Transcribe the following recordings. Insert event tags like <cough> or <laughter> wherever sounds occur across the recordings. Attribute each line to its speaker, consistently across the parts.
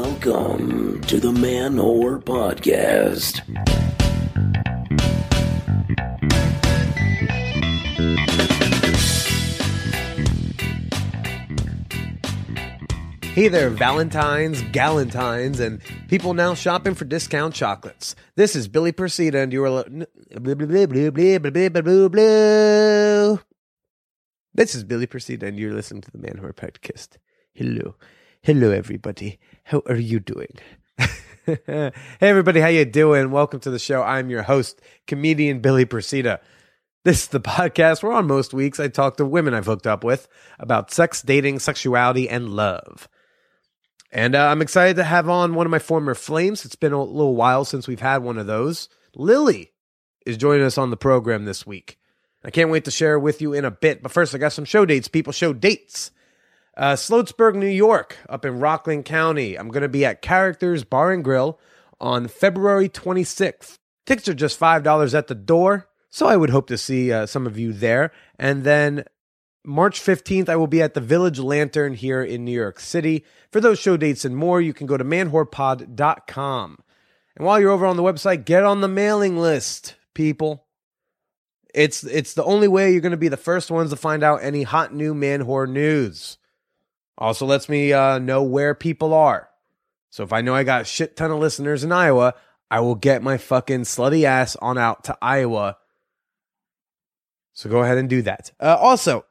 Speaker 1: Welcome to the Man Whore Podcast.
Speaker 2: Hey there, Valentines, Galentines, and people now shopping for discount chocolates. This is Billy Persita, and you are. li- n- bleh, bleh, bleh, bleh, bleh, bleh, bleh, bleh, bleh, bleh. This is Billy Persita, and you're listening to the Man Whore Podcast. Hello, hello, everybody. How are you doing? <laughs> hey, everybody, how you doing? Welcome to the show. I'm your host, comedian Billy Persita. This is the podcast where on most weeks I talk to women I've hooked up with about sex, dating, sexuality, and love. And uh, I'm excited to have on one of my former flames. It's been a little while since we've had one of those. Lily is joining us on the program this week. I can't wait to share with you in a bit. But first, I got some show dates. People show dates. Uh, Sloatsburg, New York, up in Rockland County. I'm going to be at Characters Bar and Grill on February 26th. Tickets are just $5 at the door. So I would hope to see uh, some of you there. And then March 15th, I will be at the Village Lantern here in New York City. For those show dates and more, you can go to manhorpod.com. And while you're over on the website, get on the mailing list, people. It's it's the only way you're going to be the first ones to find out any hot new man whore news. Also lets me uh, know where people are. So if I know I got a shit ton of listeners in Iowa, I will get my fucking slutty ass on out to Iowa. So go ahead and do that. Uh, also,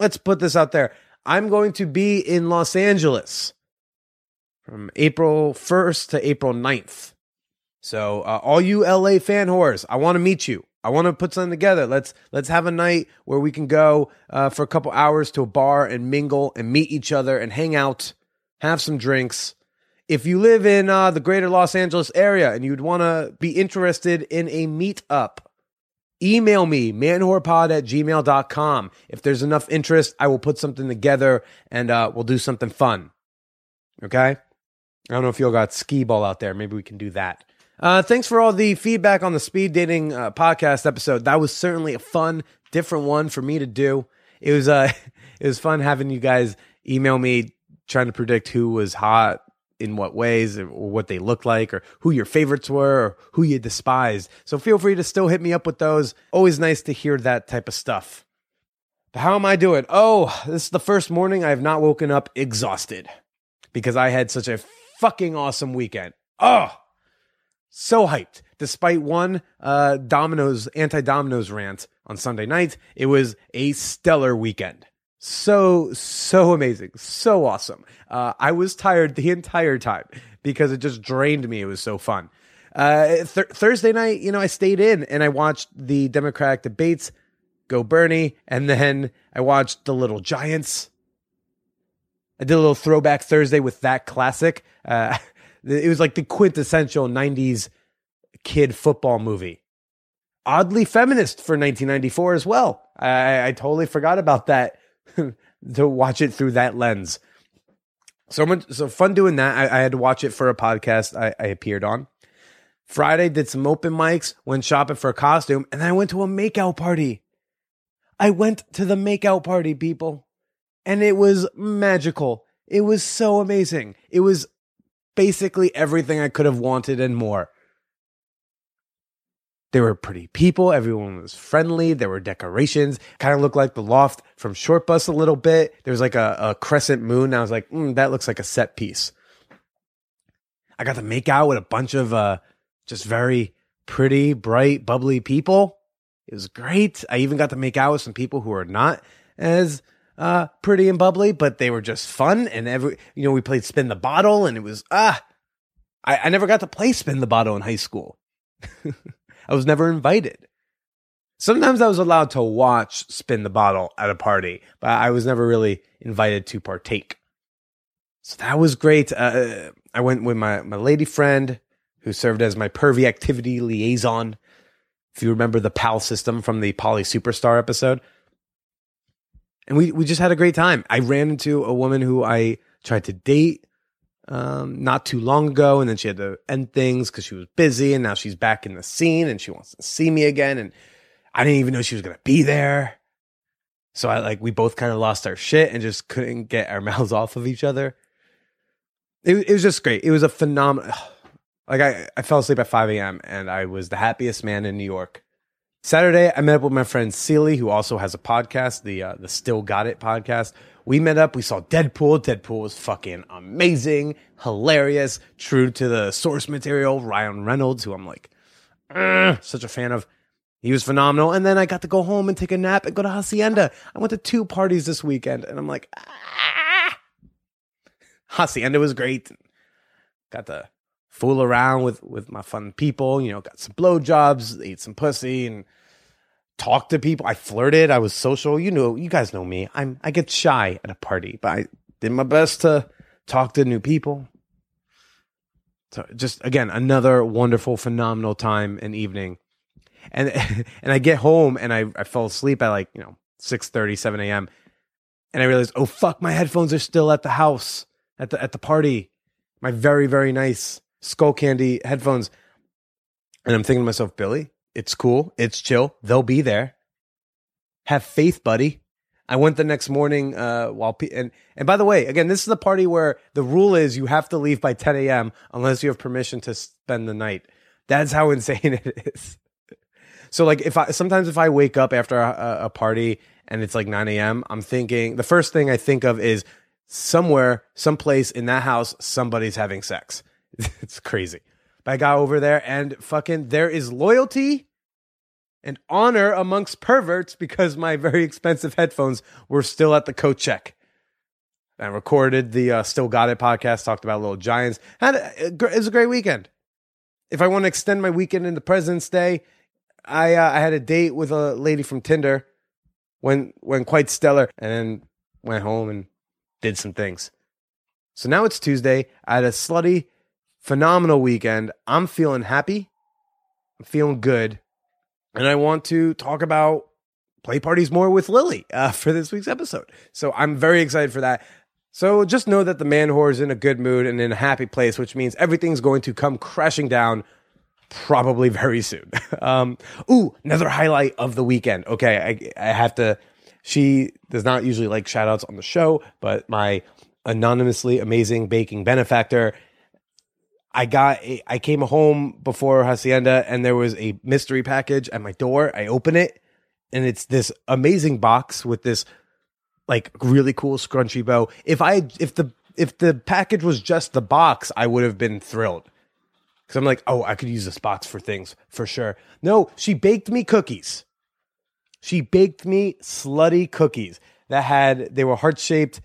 Speaker 2: let's put this out there. I'm going to be in Los Angeles from April 1st to April 9th. So uh, all you LA fan whores, I want to meet you. I want to put something together. Let's let's have a night where we can go uh, for a couple hours to a bar and mingle and meet each other and hang out, have some drinks. If you live in uh, the greater Los Angeles area and you'd want to be interested in a meetup, email me manhorpod at gmail.com if there's enough interest i will put something together and uh, we'll do something fun okay i don't know if y'all got skee ball out there maybe we can do that uh, thanks for all the feedback on the speed dating uh, podcast episode that was certainly a fun different one for me to do it was uh <laughs> it was fun having you guys email me trying to predict who was hot in what ways or what they looked like or who your favorites were or who you despised. So feel free to still hit me up with those. Always nice to hear that type of stuff. But how am I doing? Oh, this is the first morning I have not woken up exhausted because I had such a fucking awesome weekend. Oh, so hyped. Despite one uh, Domino's anti Domino's rant on Sunday night, it was a stellar weekend. So so amazing, so awesome. Uh, I was tired the entire time because it just drained me. It was so fun. Uh, th- Thursday night, you know, I stayed in and I watched the Democratic debates, go Bernie, and then I watched the Little Giants. I did a little throwback Thursday with that classic. Uh, <laughs> it was like the quintessential 90s kid football movie. Oddly feminist for 1994 as well. I, I totally forgot about that <laughs> to watch it through that lens. So much, so fun doing that. I, I had to watch it for a podcast I, I appeared on. Friday did some open mics, went shopping for a costume, and then I went to a makeout party. I went to the makeout party, people and it was magical. It was so amazing. It was basically everything I could have wanted and more. There were pretty people. Everyone was friendly. There were decorations. Kind of looked like the loft from Short Bus a little bit. There was like a, a crescent moon. I was like, mm, that looks like a set piece. I got to make out with a bunch of uh, just very pretty, bright, bubbly people. It was great. I even got to make out with some people who are not as uh, pretty and bubbly, but they were just fun. And every, you know, we played spin the bottle, and it was ah, I, I never got to play spin the bottle in high school. I was never invited. Sometimes I was allowed to watch spin the bottle at a party, but I was never really invited to partake. So that was great. Uh, I went with my my lady friend, who served as my pervy activity liaison. If you remember the PAL system from the Poly Superstar episode, and we we just had a great time. I ran into a woman who I tried to date um, not too long ago, and then she had to end things because she was busy, and now she's back in the scene, and she wants to see me again, and I didn't even know she was gonna be there. So <laughs> I like we both kind of lost our shit and just couldn't get our mouths off of each other. It, it was just great. It was a phenomenal. <sighs> Like I, I fell asleep at 5 a.m. and I was the happiest man in New York. Saturday, I met up with my friend Seely, who also has a podcast, the uh, the Still Got It podcast. We met up. We saw Deadpool. Deadpool was fucking amazing, hilarious, true to the source material. Ryan Reynolds, who I'm like "Ugh," such a fan of, he was phenomenal. And then I got to go home and take a nap and go to Hacienda. I went to two parties this weekend, and I'm like, ah! Hacienda was great. Got to fool around with with my fun people. You know, got some blowjobs, ate some pussy, and talked to people. I flirted. I was social. You know, you guys know me. I'm I get shy at a party, but I did my best to talk to new people. So just again, another wonderful, phenomenal time and evening. And <laughs> and I get home and I, I fell asleep at like, you know, 6 7 a.m. And I realized, oh fuck, my headphones are still at the house, at the at the party. My very, very nice skull candy headphones. And I'm thinking to myself, Billy, it's cool. It's chill. They'll be there. Have faith, buddy. I went the next morning uh, while pe- and and by the way, again, this is the party where the rule is you have to leave by 10 a.m. unless you have permission to spend the night. That's how <laughs> insane it is. So like if I sometimes if I wake up after a, a party and it's like 9 a.m., I'm thinking the first thing I think of is somewhere, someplace in that house, somebody's having sex. <laughs> It's crazy. But I got over there and fucking there is loyalty and honor amongst perverts because my very expensive headphones were still at the coat check. I recorded the uh, Still Got It podcast, talked about Little Giants. Had a, it was a great weekend. If I want to extend my weekend into President's Day, I uh, I had a date with a lady from Tinder when when quite stellar, and then went home and did some things. So now it's Tuesday. I had a slutty, phenomenal weekend. I'm feeling happy. I'm feeling good. And I want to talk about play parties more with Lily uh, <laughs> for this week's episode. So I'm very excited for that. So just know that the man whore is in a good mood and in a happy place, which means everything's going to come crashing down probably very soon. <laughs> um, ooh, another highlight of the weekend. Okay, I, I have to. She does not usually like shout outs on the show, but my anonymously amazing baking benefactor I got a, I came home before Hacienda and there was a mystery package at my door. I open it and it's this amazing box with this like really cool scrunchy bow. If I if the if the package was just the box, I would have been thrilled. Cuz I'm like, "Oh, I could use this box for things for sure." No, she baked me cookies. She baked me slutty cookies that had they were heart-shaped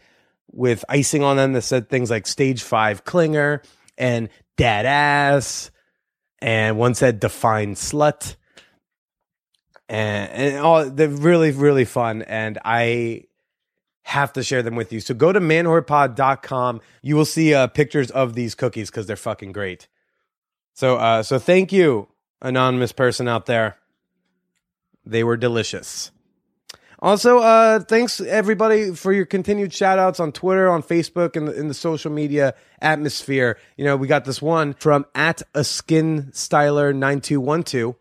Speaker 2: with icing on them that said things like stage 5 clinger and dad ass, and one said define slut, and, and all they're really really fun, and I have to share them with you. So go to manhorpod.com. You will see uh, pictures of these cookies because they're fucking great. So uh, so thank you, anonymous person out there. They were delicious. Also, uh, thanks everybody for your continued shout outs on Twitter, on Facebook, and in the social media atmosphere. You know, we got this one from at a skin styler 9212.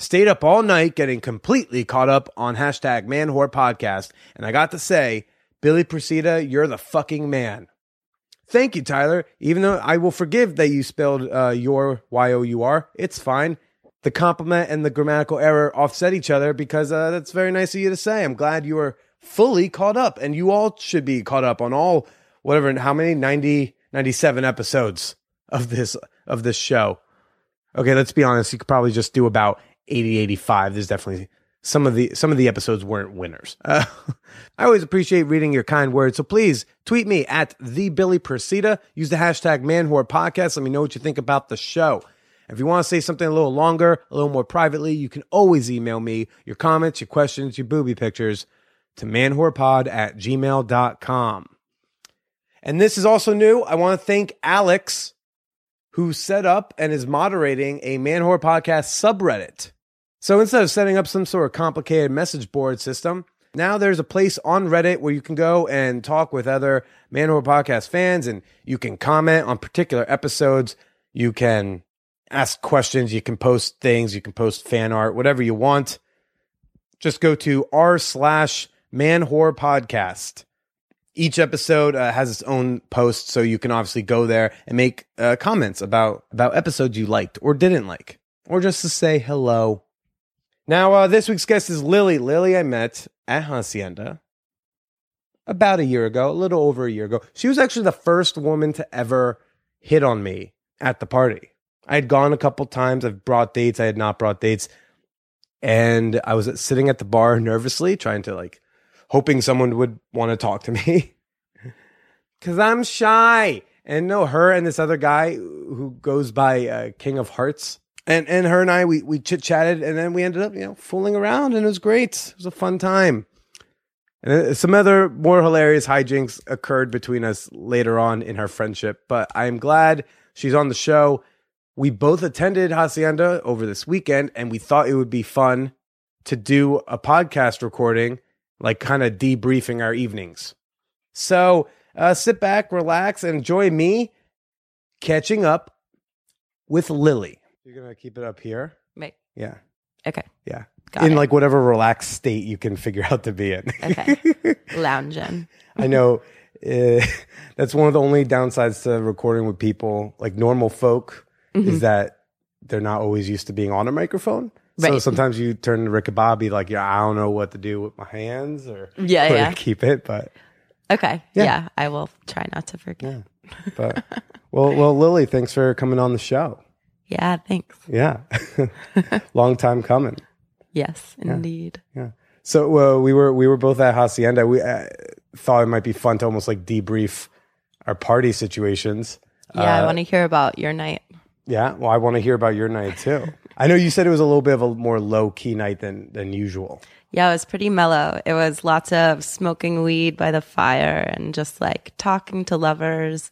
Speaker 2: Stayed up all night getting completely caught up on hashtag man whore podcast. And I got to say, Billy Presida, you're the fucking man. Thank you, Tyler. Even though I will forgive that you spelled uh, your Y O U R, it's fine the compliment and the grammatical error offset each other because uh, that's very nice of you to say. I'm glad you are fully caught up, and you all should be caught up on all whatever how many 90 97 episodes of this of this show. Okay, let's be honest. You could probably just do about 80 85. There's definitely some of the some of the episodes weren't winners. <laughs> Uh, I always appreciate reading your kind words, so please tweet me at the Billy Persida. Use the hashtag #manwhorepodcast. Let me know what you think about the show. If you want to say something a little longer, a little more privately, you can always email me your comments, your questions, your booby pictures to manhorpod at gmail.com. And this is also new. I want to thank Alex, who set up and is moderating a Manhor Podcast subreddit. So instead of setting up some sort of complicated message board system, now there's a place on Reddit where you can go and talk with other Manhor Podcast fans and you can comment on particular episodes. You can ask questions. You can post things. You can post fan art, whatever you want. Just go to r slash man whore podcast. Each episode uh, has its own post, so you can obviously go there and make uh, comments about about episodes you liked or didn't like, or just to say hello. Now, uh, this week's guest is Lily. Lily, I met at Hacienda about a year ago, a little over a year ago. She was actually the first woman to ever hit on me at the party. I had gone a couple times. I've brought dates. I had not brought dates. And I was sitting at the bar nervously, trying to like, hoping someone would want to talk to me. <laughs> Cause I'm shy. And no, her and this other guy who goes by uh, King of Hearts. And, and her and I, we, we chit chatted and then we ended up, you know, fooling around and it was great. It was a fun time. And uh, some other more hilarious hijinks occurred between us later on in her friendship, but I'm glad she's on the show. We both attended Hacienda over this weekend, and we thought it would be fun to do a podcast recording, like kind of debriefing our evenings. So uh, sit back, relax, and enjoy me catching up with Lily. You're going to keep it up here?
Speaker 3: Right.
Speaker 2: Yeah.
Speaker 3: Okay.
Speaker 2: Yeah.
Speaker 3: Got
Speaker 2: in
Speaker 3: it.
Speaker 2: like whatever relaxed state you can figure <laughs> out to be in.
Speaker 3: Okay. Lounging.
Speaker 2: <laughs> I know uh, <laughs> that's one of the only downsides to recording with people like normal folk
Speaker 3: Mm-hmm.
Speaker 2: is that they're not always used to being on a microphone. So
Speaker 3: Right.
Speaker 2: sometimes you turn to Rick and Bobby like, yeah, I don't know what to do with my hands or
Speaker 3: Yeah,
Speaker 2: where
Speaker 3: yeah.
Speaker 2: to <laughs> keep it, but
Speaker 3: Okay.
Speaker 2: Yeah.
Speaker 3: Yeah. I will try not to forget.
Speaker 2: yeah, but well, well, Lily, thanks for coming on the show.
Speaker 3: Yeah. thanks.
Speaker 2: Yeah, <laughs> long time coming.
Speaker 3: Yes, indeed.
Speaker 2: So uh, we were we were both at Hacienda. We uh, thought it might be fun to almost like debrief our party situations.
Speaker 3: Yeah, I want to hear about your night.
Speaker 2: Yeah, well, I want to hear about your night too. I know you said it was a little bit of a more low key night than than usual.
Speaker 3: Yeah, it was pretty mellow. It was lots of smoking weed by the fire and just like talking to lovers,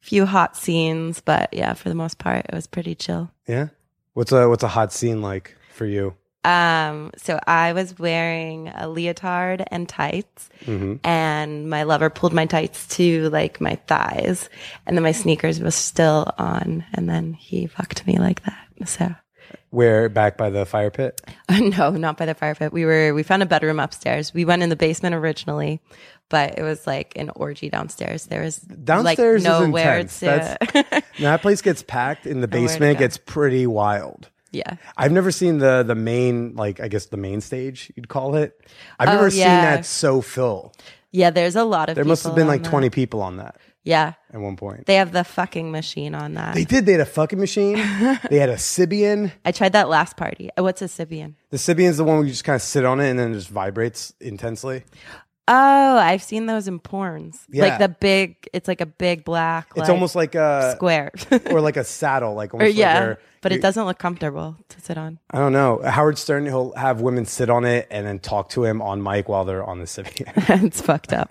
Speaker 3: few hot scenes, but yeah, for the most part, it was pretty chill.
Speaker 2: Yeah, what's a what's a hot scene like for you?
Speaker 3: Um, so I was wearing a leotard and tights,
Speaker 2: Mm-hmm.
Speaker 3: and my lover pulled my tights to like my thighs, and then my sneakers was still on, and then he fucked me like that. So <laughs>
Speaker 2: Where back by the fire pit?
Speaker 3: no, not by the fire pit. We were we found a bedroom upstairs. We went in the basement originally, but it was like an orgy downstairs. There was
Speaker 2: Downstairs is
Speaker 3: like nowhere
Speaker 2: intense.
Speaker 3: to
Speaker 2: Now that place gets packed in the
Speaker 3: to
Speaker 2: basement.
Speaker 3: go.
Speaker 2: Gets pretty wild.
Speaker 3: <laughs> yeah.
Speaker 2: I've never seen the the main like I guess the main stage you'd call it. I've
Speaker 3: Oh,
Speaker 2: never seen
Speaker 3: yeah.
Speaker 2: that so full.
Speaker 3: Yeah, there's a lot of
Speaker 2: There must have been like
Speaker 3: twenty.
Speaker 2: twenty people on that
Speaker 3: Yeah.
Speaker 2: at one point.
Speaker 3: They have the fucking machine on that.
Speaker 2: They did. They had a fucking
Speaker 3: <laughs>
Speaker 2: machine. they had a Sibian.
Speaker 3: I tried that last party. Uh, What's a Sibian?
Speaker 2: The Sibian's the one where you just kind of sit on it and then it just vibrates intensely.
Speaker 3: Oh, I've seen those in porns.
Speaker 2: Yeah.
Speaker 3: Like the big, it's like a big black.
Speaker 2: It's almost like a
Speaker 3: square.
Speaker 2: <laughs>
Speaker 3: <laughs>
Speaker 2: or like a saddle, like
Speaker 3: or
Speaker 2: almost
Speaker 3: yeah,
Speaker 2: like where
Speaker 3: but
Speaker 2: you-
Speaker 3: it doesn't look comfortable to sit on. <laughs>
Speaker 2: I don't know. Howard Stern, he'll have women sit on it and then talk to him on mic while they're on the
Speaker 3: <laughs>
Speaker 2: Sibian.
Speaker 3: it's fucked up.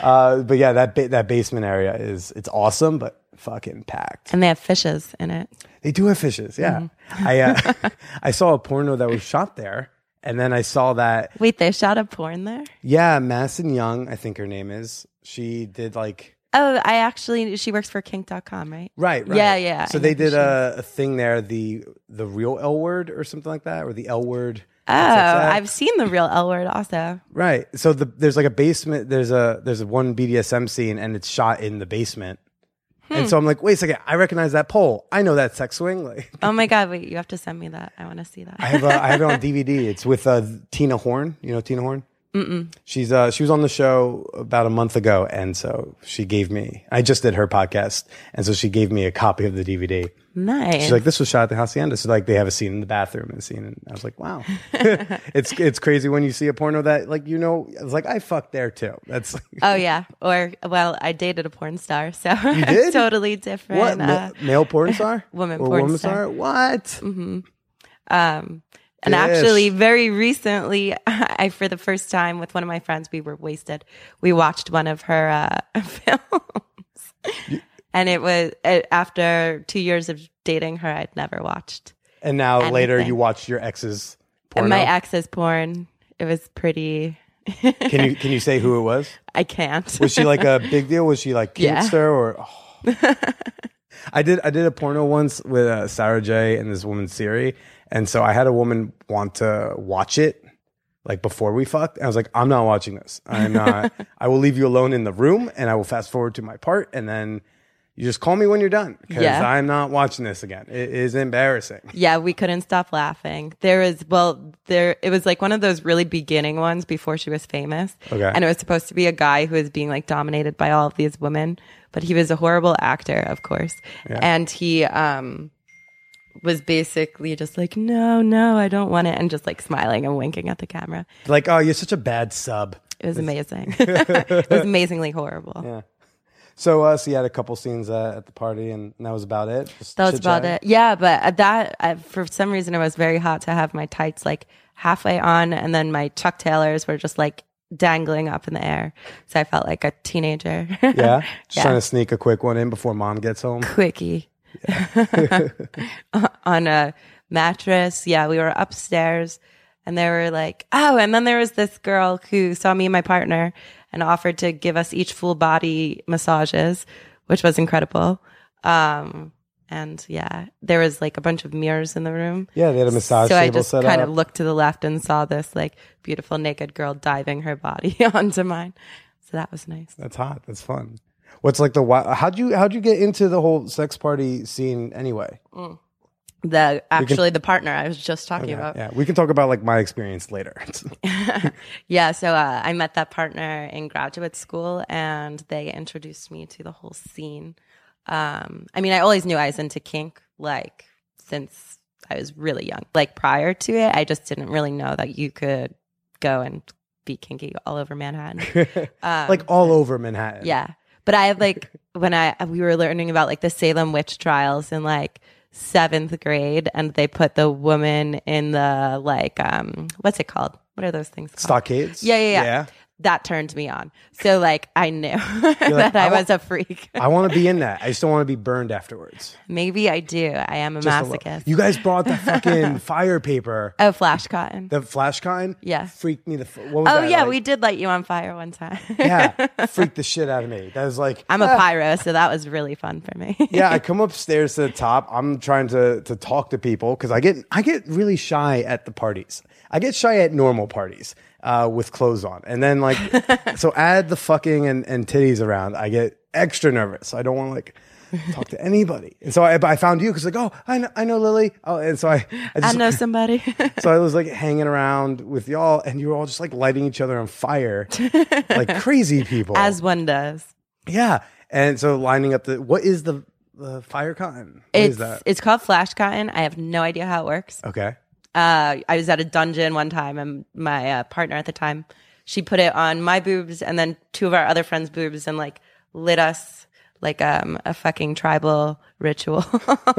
Speaker 2: uh, but yeah, that ba- that basement area is it's awesome, but fucking packed.
Speaker 3: and they have fishes in it.
Speaker 2: They do have fishes. Yeah,
Speaker 3: Mm-hmm.
Speaker 2: I uh,
Speaker 3: <laughs>
Speaker 2: I saw a porno that was shot there, and then I saw that
Speaker 3: Wait, they shot a porn there?
Speaker 2: yeah, Masson Young, I think her name is. She did like
Speaker 3: Oh, I actually, she works for kink.com, right?
Speaker 2: Right, right.
Speaker 3: Yeah, yeah,
Speaker 2: So
Speaker 3: I
Speaker 2: they
Speaker 3: know who
Speaker 2: did
Speaker 3: she
Speaker 2: a, a thing there, the the real L word or something like that, or the L word.
Speaker 3: Oh,
Speaker 2: XXX.
Speaker 3: I've seen the real L word also.
Speaker 2: Right. So the, there's like a basement. There's a there's a one BDSM scene, and it's shot in the basement. And so I'm like, wait a second, I recognize that pole. I know that sex swing. Like,
Speaker 3: Oh my God, wait, you have to send me that. I want to see that.
Speaker 2: I have a, I have <laughs> it on DVD. It's with uh, Tina Horn. You know Tina Horn. Mm-mm. She's uh she was on the show about a month ago, and so she gave me. I just did her podcast, and so she gave me a copy of the DVD.
Speaker 3: <laughs> nice.
Speaker 2: She's like, this was shot at the hacienda. So like, they have a scene in the bathroom and a scene. And I was like, wow, <laughs> it's it's crazy when you see a porno that like you know. I was like, I fucked there too. That's like,
Speaker 3: oh yeah. Or, well, I dated a porn star, so <laughs>
Speaker 2: did?
Speaker 3: totally different.
Speaker 2: what ma-
Speaker 3: uh,
Speaker 2: male porn star,
Speaker 3: <laughs> woman
Speaker 2: or
Speaker 3: porn
Speaker 2: woman
Speaker 3: star. Mm-hmm.
Speaker 2: What?
Speaker 3: Um, and
Speaker 2: Yes.
Speaker 3: actually, very recently, <laughs> I for the first time with one of my friends, we were wasted. We watched one of her uh, <laughs> films, and it was uh, after two years of dating her, I'd never watched.
Speaker 2: And now later
Speaker 3: Anything.
Speaker 2: you watch your ex's porno.
Speaker 3: And my ex's porn. It was pretty. <laughs>
Speaker 2: can you can you say who it was?
Speaker 3: I can't.
Speaker 2: Was she
Speaker 3: <laughs>
Speaker 2: like a big deal? Was she like
Speaker 3: Yeah.
Speaker 2: kinkster or?
Speaker 3: <laughs>
Speaker 2: oh. I did I did a porno once with uh, Sarah J and this woman Siri, and so I had a woman want to watch it like before we fucked. I was like, I'm not watching this. I'm
Speaker 3: <laughs>
Speaker 2: not. I will leave you alone in the room, and I will fast forward to my part, and then you just call me when you're done because
Speaker 3: Yeah.
Speaker 2: I'm not watching this again. It is embarrassing.
Speaker 3: Yeah, we couldn't stop laughing. There was well, there it was like one of those really beginning ones before she was famous.
Speaker 2: Okay.
Speaker 3: And it was supposed to be a guy who was being like dominated by all of these women, but he was a horrible actor, of course. And he um was basically just like, No, no, I don't want it and just like smiling and winking at the camera.
Speaker 2: Like, oh, you're such a bad sub.
Speaker 3: It was amazing. <laughs> it was amazingly horrible.
Speaker 2: So, uh, so you had a couple scenes uh, at the party, and that was about it. Just
Speaker 3: That was about
Speaker 2: chit-chatting.
Speaker 3: it. Yeah, but at that I, for some reason it was very hot to have my tights like halfway on, and then my Chuck Taylors were just like dangling up in the air. So I felt like a teenager.
Speaker 2: Yeah,
Speaker 3: <laughs>
Speaker 2: just
Speaker 3: Yeah.
Speaker 2: trying to sneak a quick one in before mom gets home.
Speaker 3: quickie <laughs> on a mattress. Yeah, we were upstairs and they were like, oh, and then there was this girl who saw me and my partner and offered to give us each full body massages, which was incredible. Um, and yeah, there was like a bunch of mirrors in the room.
Speaker 2: Yeah, they had a massage
Speaker 3: so I
Speaker 2: table
Speaker 3: just
Speaker 2: set
Speaker 3: kind
Speaker 2: up.
Speaker 3: of looked to the left and saw this like beautiful naked girl diving her body <laughs> onto mine. So that was nice.
Speaker 2: That's hot. That's fun. What's like the wi- how'd you how'd you get into the whole sex party scene anyway?
Speaker 3: The actually the partner I was just talking about.
Speaker 2: Yeah, we can talk about like my experience later. <laughs>
Speaker 3: <laughs> Yeah, so uh, I met that partner in graduate school, and they introduced me to the whole scene. Um, I mean, I always knew I was into kink, like since I was really young. Like prior to it, I just didn't really know that you could go and be kinky all over
Speaker 2: <laughs>
Speaker 3: Manhattan. Um,
Speaker 2: like all over Manhattan.
Speaker 3: yeah. But I have like when I we were learning about like the Salem witch trials in like seventh grade, and they put the woman in the like um what's it called? What are those things called?
Speaker 2: Stockades.
Speaker 3: Yeah, yeah, yeah. That turned me on. So like I knew <laughs>
Speaker 2: like,
Speaker 3: that
Speaker 2: I
Speaker 3: I,
Speaker 2: wa-
Speaker 3: was a freak. <laughs>
Speaker 2: I want to be in that. I just don't want to be burned afterwards.
Speaker 3: Maybe I do. I am a
Speaker 2: Just a little.
Speaker 3: masochist.
Speaker 2: You guys brought the
Speaker 3: <laughs>
Speaker 2: fucking fire paper,
Speaker 3: oh, flash cotton.
Speaker 2: the flash kind.
Speaker 3: Yeah.
Speaker 2: Freaked me the. f- What was
Speaker 3: oh
Speaker 2: that?
Speaker 3: yeah,
Speaker 2: Like-
Speaker 3: we did light you on fire one time. <laughs>
Speaker 2: Yeah, freaked the shit out of me. That was like "Ah,
Speaker 3: I'm a pyro, so that was really fun for me. <laughs>
Speaker 2: yeah, I come upstairs to the top. I'm trying to to talk to people because I get I get really shy at the parties. I get shy at normal parties uh, with clothes on, and then
Speaker 3: <laughs>
Speaker 2: like so add the fucking and, and titties around. I get extra nervous. I don't want to like talk to anybody. And so I, but I found you because like oh I know, I know Lily. Oh, and so I I
Speaker 3: I
Speaker 2: just <laughs>
Speaker 3: know somebody.
Speaker 2: so I was like hanging around with y'all, and you were all just like lighting each other on fire
Speaker 3: <laughs>
Speaker 2: like crazy people.
Speaker 3: As one does.
Speaker 2: yeah, and so lining up the what is the the fire cotton? What is
Speaker 3: It's it's called flash cotton. I have no idea how it works.
Speaker 2: Okay.
Speaker 3: uh, I was at a dungeon one time, and my uh, partner at the time, she put it on my boobs and then two of our other friends' boobs, and like lit us like um, a fucking tribal ritual.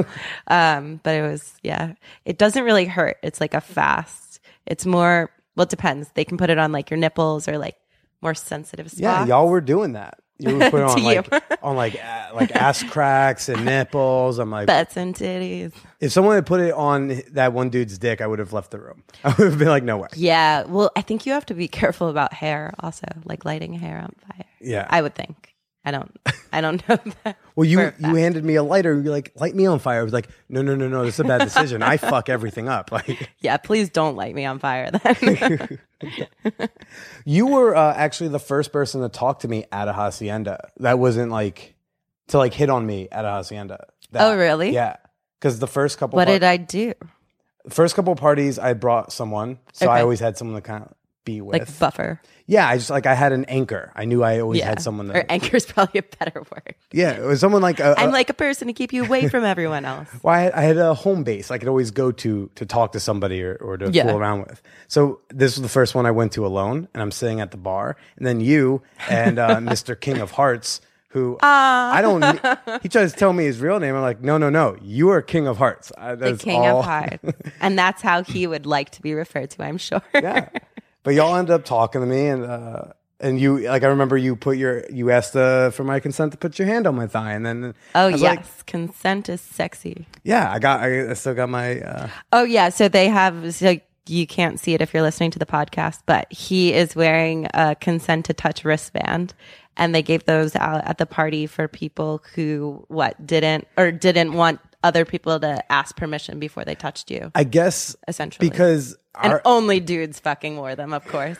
Speaker 3: <laughs> um, but it was yeah, it doesn't really hurt. It's like a fast. It's more well, it depends. They can put it on like your nipples or like more sensitive spots.
Speaker 2: Yeah, y'all were doing that. You were
Speaker 3: <laughs>
Speaker 2: putting
Speaker 3: To
Speaker 2: on
Speaker 3: you.
Speaker 2: like on like a- like ass cracks and nipples. I'm like,
Speaker 3: Butts and titties.
Speaker 2: if someone had put it on that one dude's dick, I would have left the room. <laughs> I would have been like, no way.
Speaker 3: Yeah. Well, I think you have to be <laughs> careful about hair also, like lighting hair on fire.
Speaker 2: Yeah.
Speaker 3: I would think. I don't. I don't <laughs> know that.
Speaker 2: well, you
Speaker 3: for a fact.
Speaker 2: you handed me a lighter. You're like, light me on fire. I was like, no, no, no, no. This is a bad decision. I fuck everything up. <laughs> Like
Speaker 3: Yeah, please don't light me on fire
Speaker 2: <laughs>
Speaker 3: then.
Speaker 2: you were uh, actually the first person to talk to me at a hacienda. That wasn't like to like hit on me at a hacienda. That-
Speaker 3: Oh, really?
Speaker 2: Yeah. Because the first couple.
Speaker 3: <laughs> what
Speaker 2: par-
Speaker 3: did I do?
Speaker 2: first couple parties I brought someone, so I
Speaker 3: Okay.
Speaker 2: always had someone to kind of be with.
Speaker 3: Like buffer.
Speaker 2: yeah, I just like I had an anchor. I knew I always
Speaker 3: Yeah.
Speaker 2: had someone
Speaker 3: or
Speaker 2: that.
Speaker 3: anchor is probably a better word.
Speaker 2: yeah, it was someone like a,
Speaker 3: I'm
Speaker 2: a-
Speaker 3: like a person to keep you away from
Speaker 2: <laughs>
Speaker 3: everyone else.
Speaker 2: well, I had, I had a home base I could always go to to talk to somebody or, or to
Speaker 3: Yeah.
Speaker 2: fool around with. So this was the first one I went to alone, and I'm sitting at the bar, and then you and uh, <laughs> Mr. King of Hearts, who I don't. He tries to tell me his real name. I'm like, no, no, no, you are King of Hearts. I,
Speaker 3: The
Speaker 2: that's
Speaker 3: king
Speaker 2: all- <laughs>
Speaker 3: of hearts. and that's how he would like to be referred to, I'm sure.
Speaker 2: yeah. But y'all ended up talking to me and uh and you like I remember you put your you asked uh, for my consent to put your hand on my thigh and then I
Speaker 3: <laughs> Oh
Speaker 2: was
Speaker 3: yes.
Speaker 2: like,
Speaker 3: Consent is sexy.
Speaker 2: yeah, I got I, I still got my uh
Speaker 3: Oh yeah, so they have so you can't see it if you're listening to the podcast, but he is wearing a consent to touch wristband and they gave those out at the party for people who what didn't or didn't want other people to ask permission before they touched you.
Speaker 2: I guess
Speaker 3: Essentially.
Speaker 2: because
Speaker 3: And
Speaker 2: Our-
Speaker 3: only dudes fucking wore them, of course.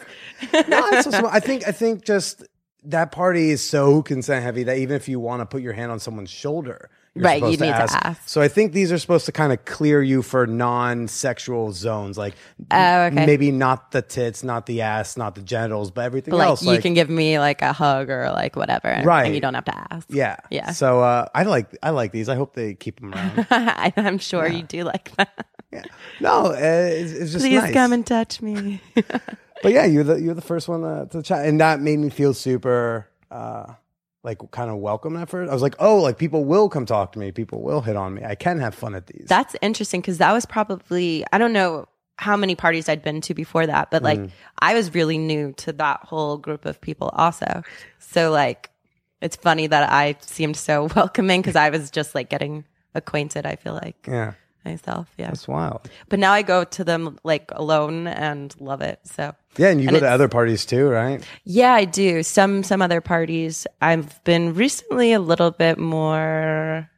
Speaker 2: No, it's so small. I think I think just that party is so consent heavy that even if you want to put your hand on someone's shoulder, you're
Speaker 3: Right, you
Speaker 2: supposed
Speaker 3: need to ask.
Speaker 2: So I think these are supposed to kind of clear you for non-sexual zones, like
Speaker 3: Oh, okay.
Speaker 2: maybe not the tits, not the ass, not the genitals, but everything
Speaker 3: But like,
Speaker 2: else.
Speaker 3: you can give me like a hug or like whatever. and-
Speaker 2: Right.
Speaker 3: And you don't have to ask.
Speaker 2: yeah,
Speaker 3: Yeah.
Speaker 2: So uh, I like I like these. I hope they keep them
Speaker 3: <laughs>
Speaker 2: around.
Speaker 3: I, <laughs> I'm sure you do like that.
Speaker 2: yeah. No, uh, it's, it's just
Speaker 3: Please
Speaker 2: nice.
Speaker 3: come and touch me.
Speaker 2: but yeah, you're the you're the first one uh, to chat, and that made me feel super uh, like kind of welcome at first. I was like, oh, like people will come talk to me, people will hit on me. I can have fun at these.
Speaker 3: That's interesting because that was probably, I don't know how many parties I'd been to before that, but
Speaker 2: Mm.
Speaker 3: like I was really new to that whole group of people also. So like it's funny that I seemed so <laughs> welcoming because I was just like getting acquainted, I feel like
Speaker 2: yeah,
Speaker 3: myself. Yeah.
Speaker 2: that's wild.
Speaker 3: But now I go to them like alone and love it. So
Speaker 2: Yeah, and you
Speaker 3: And
Speaker 2: go to
Speaker 3: it's-
Speaker 2: other parties too, right?
Speaker 3: Yeah, I do. Some some other parties. I've been recently a little bit more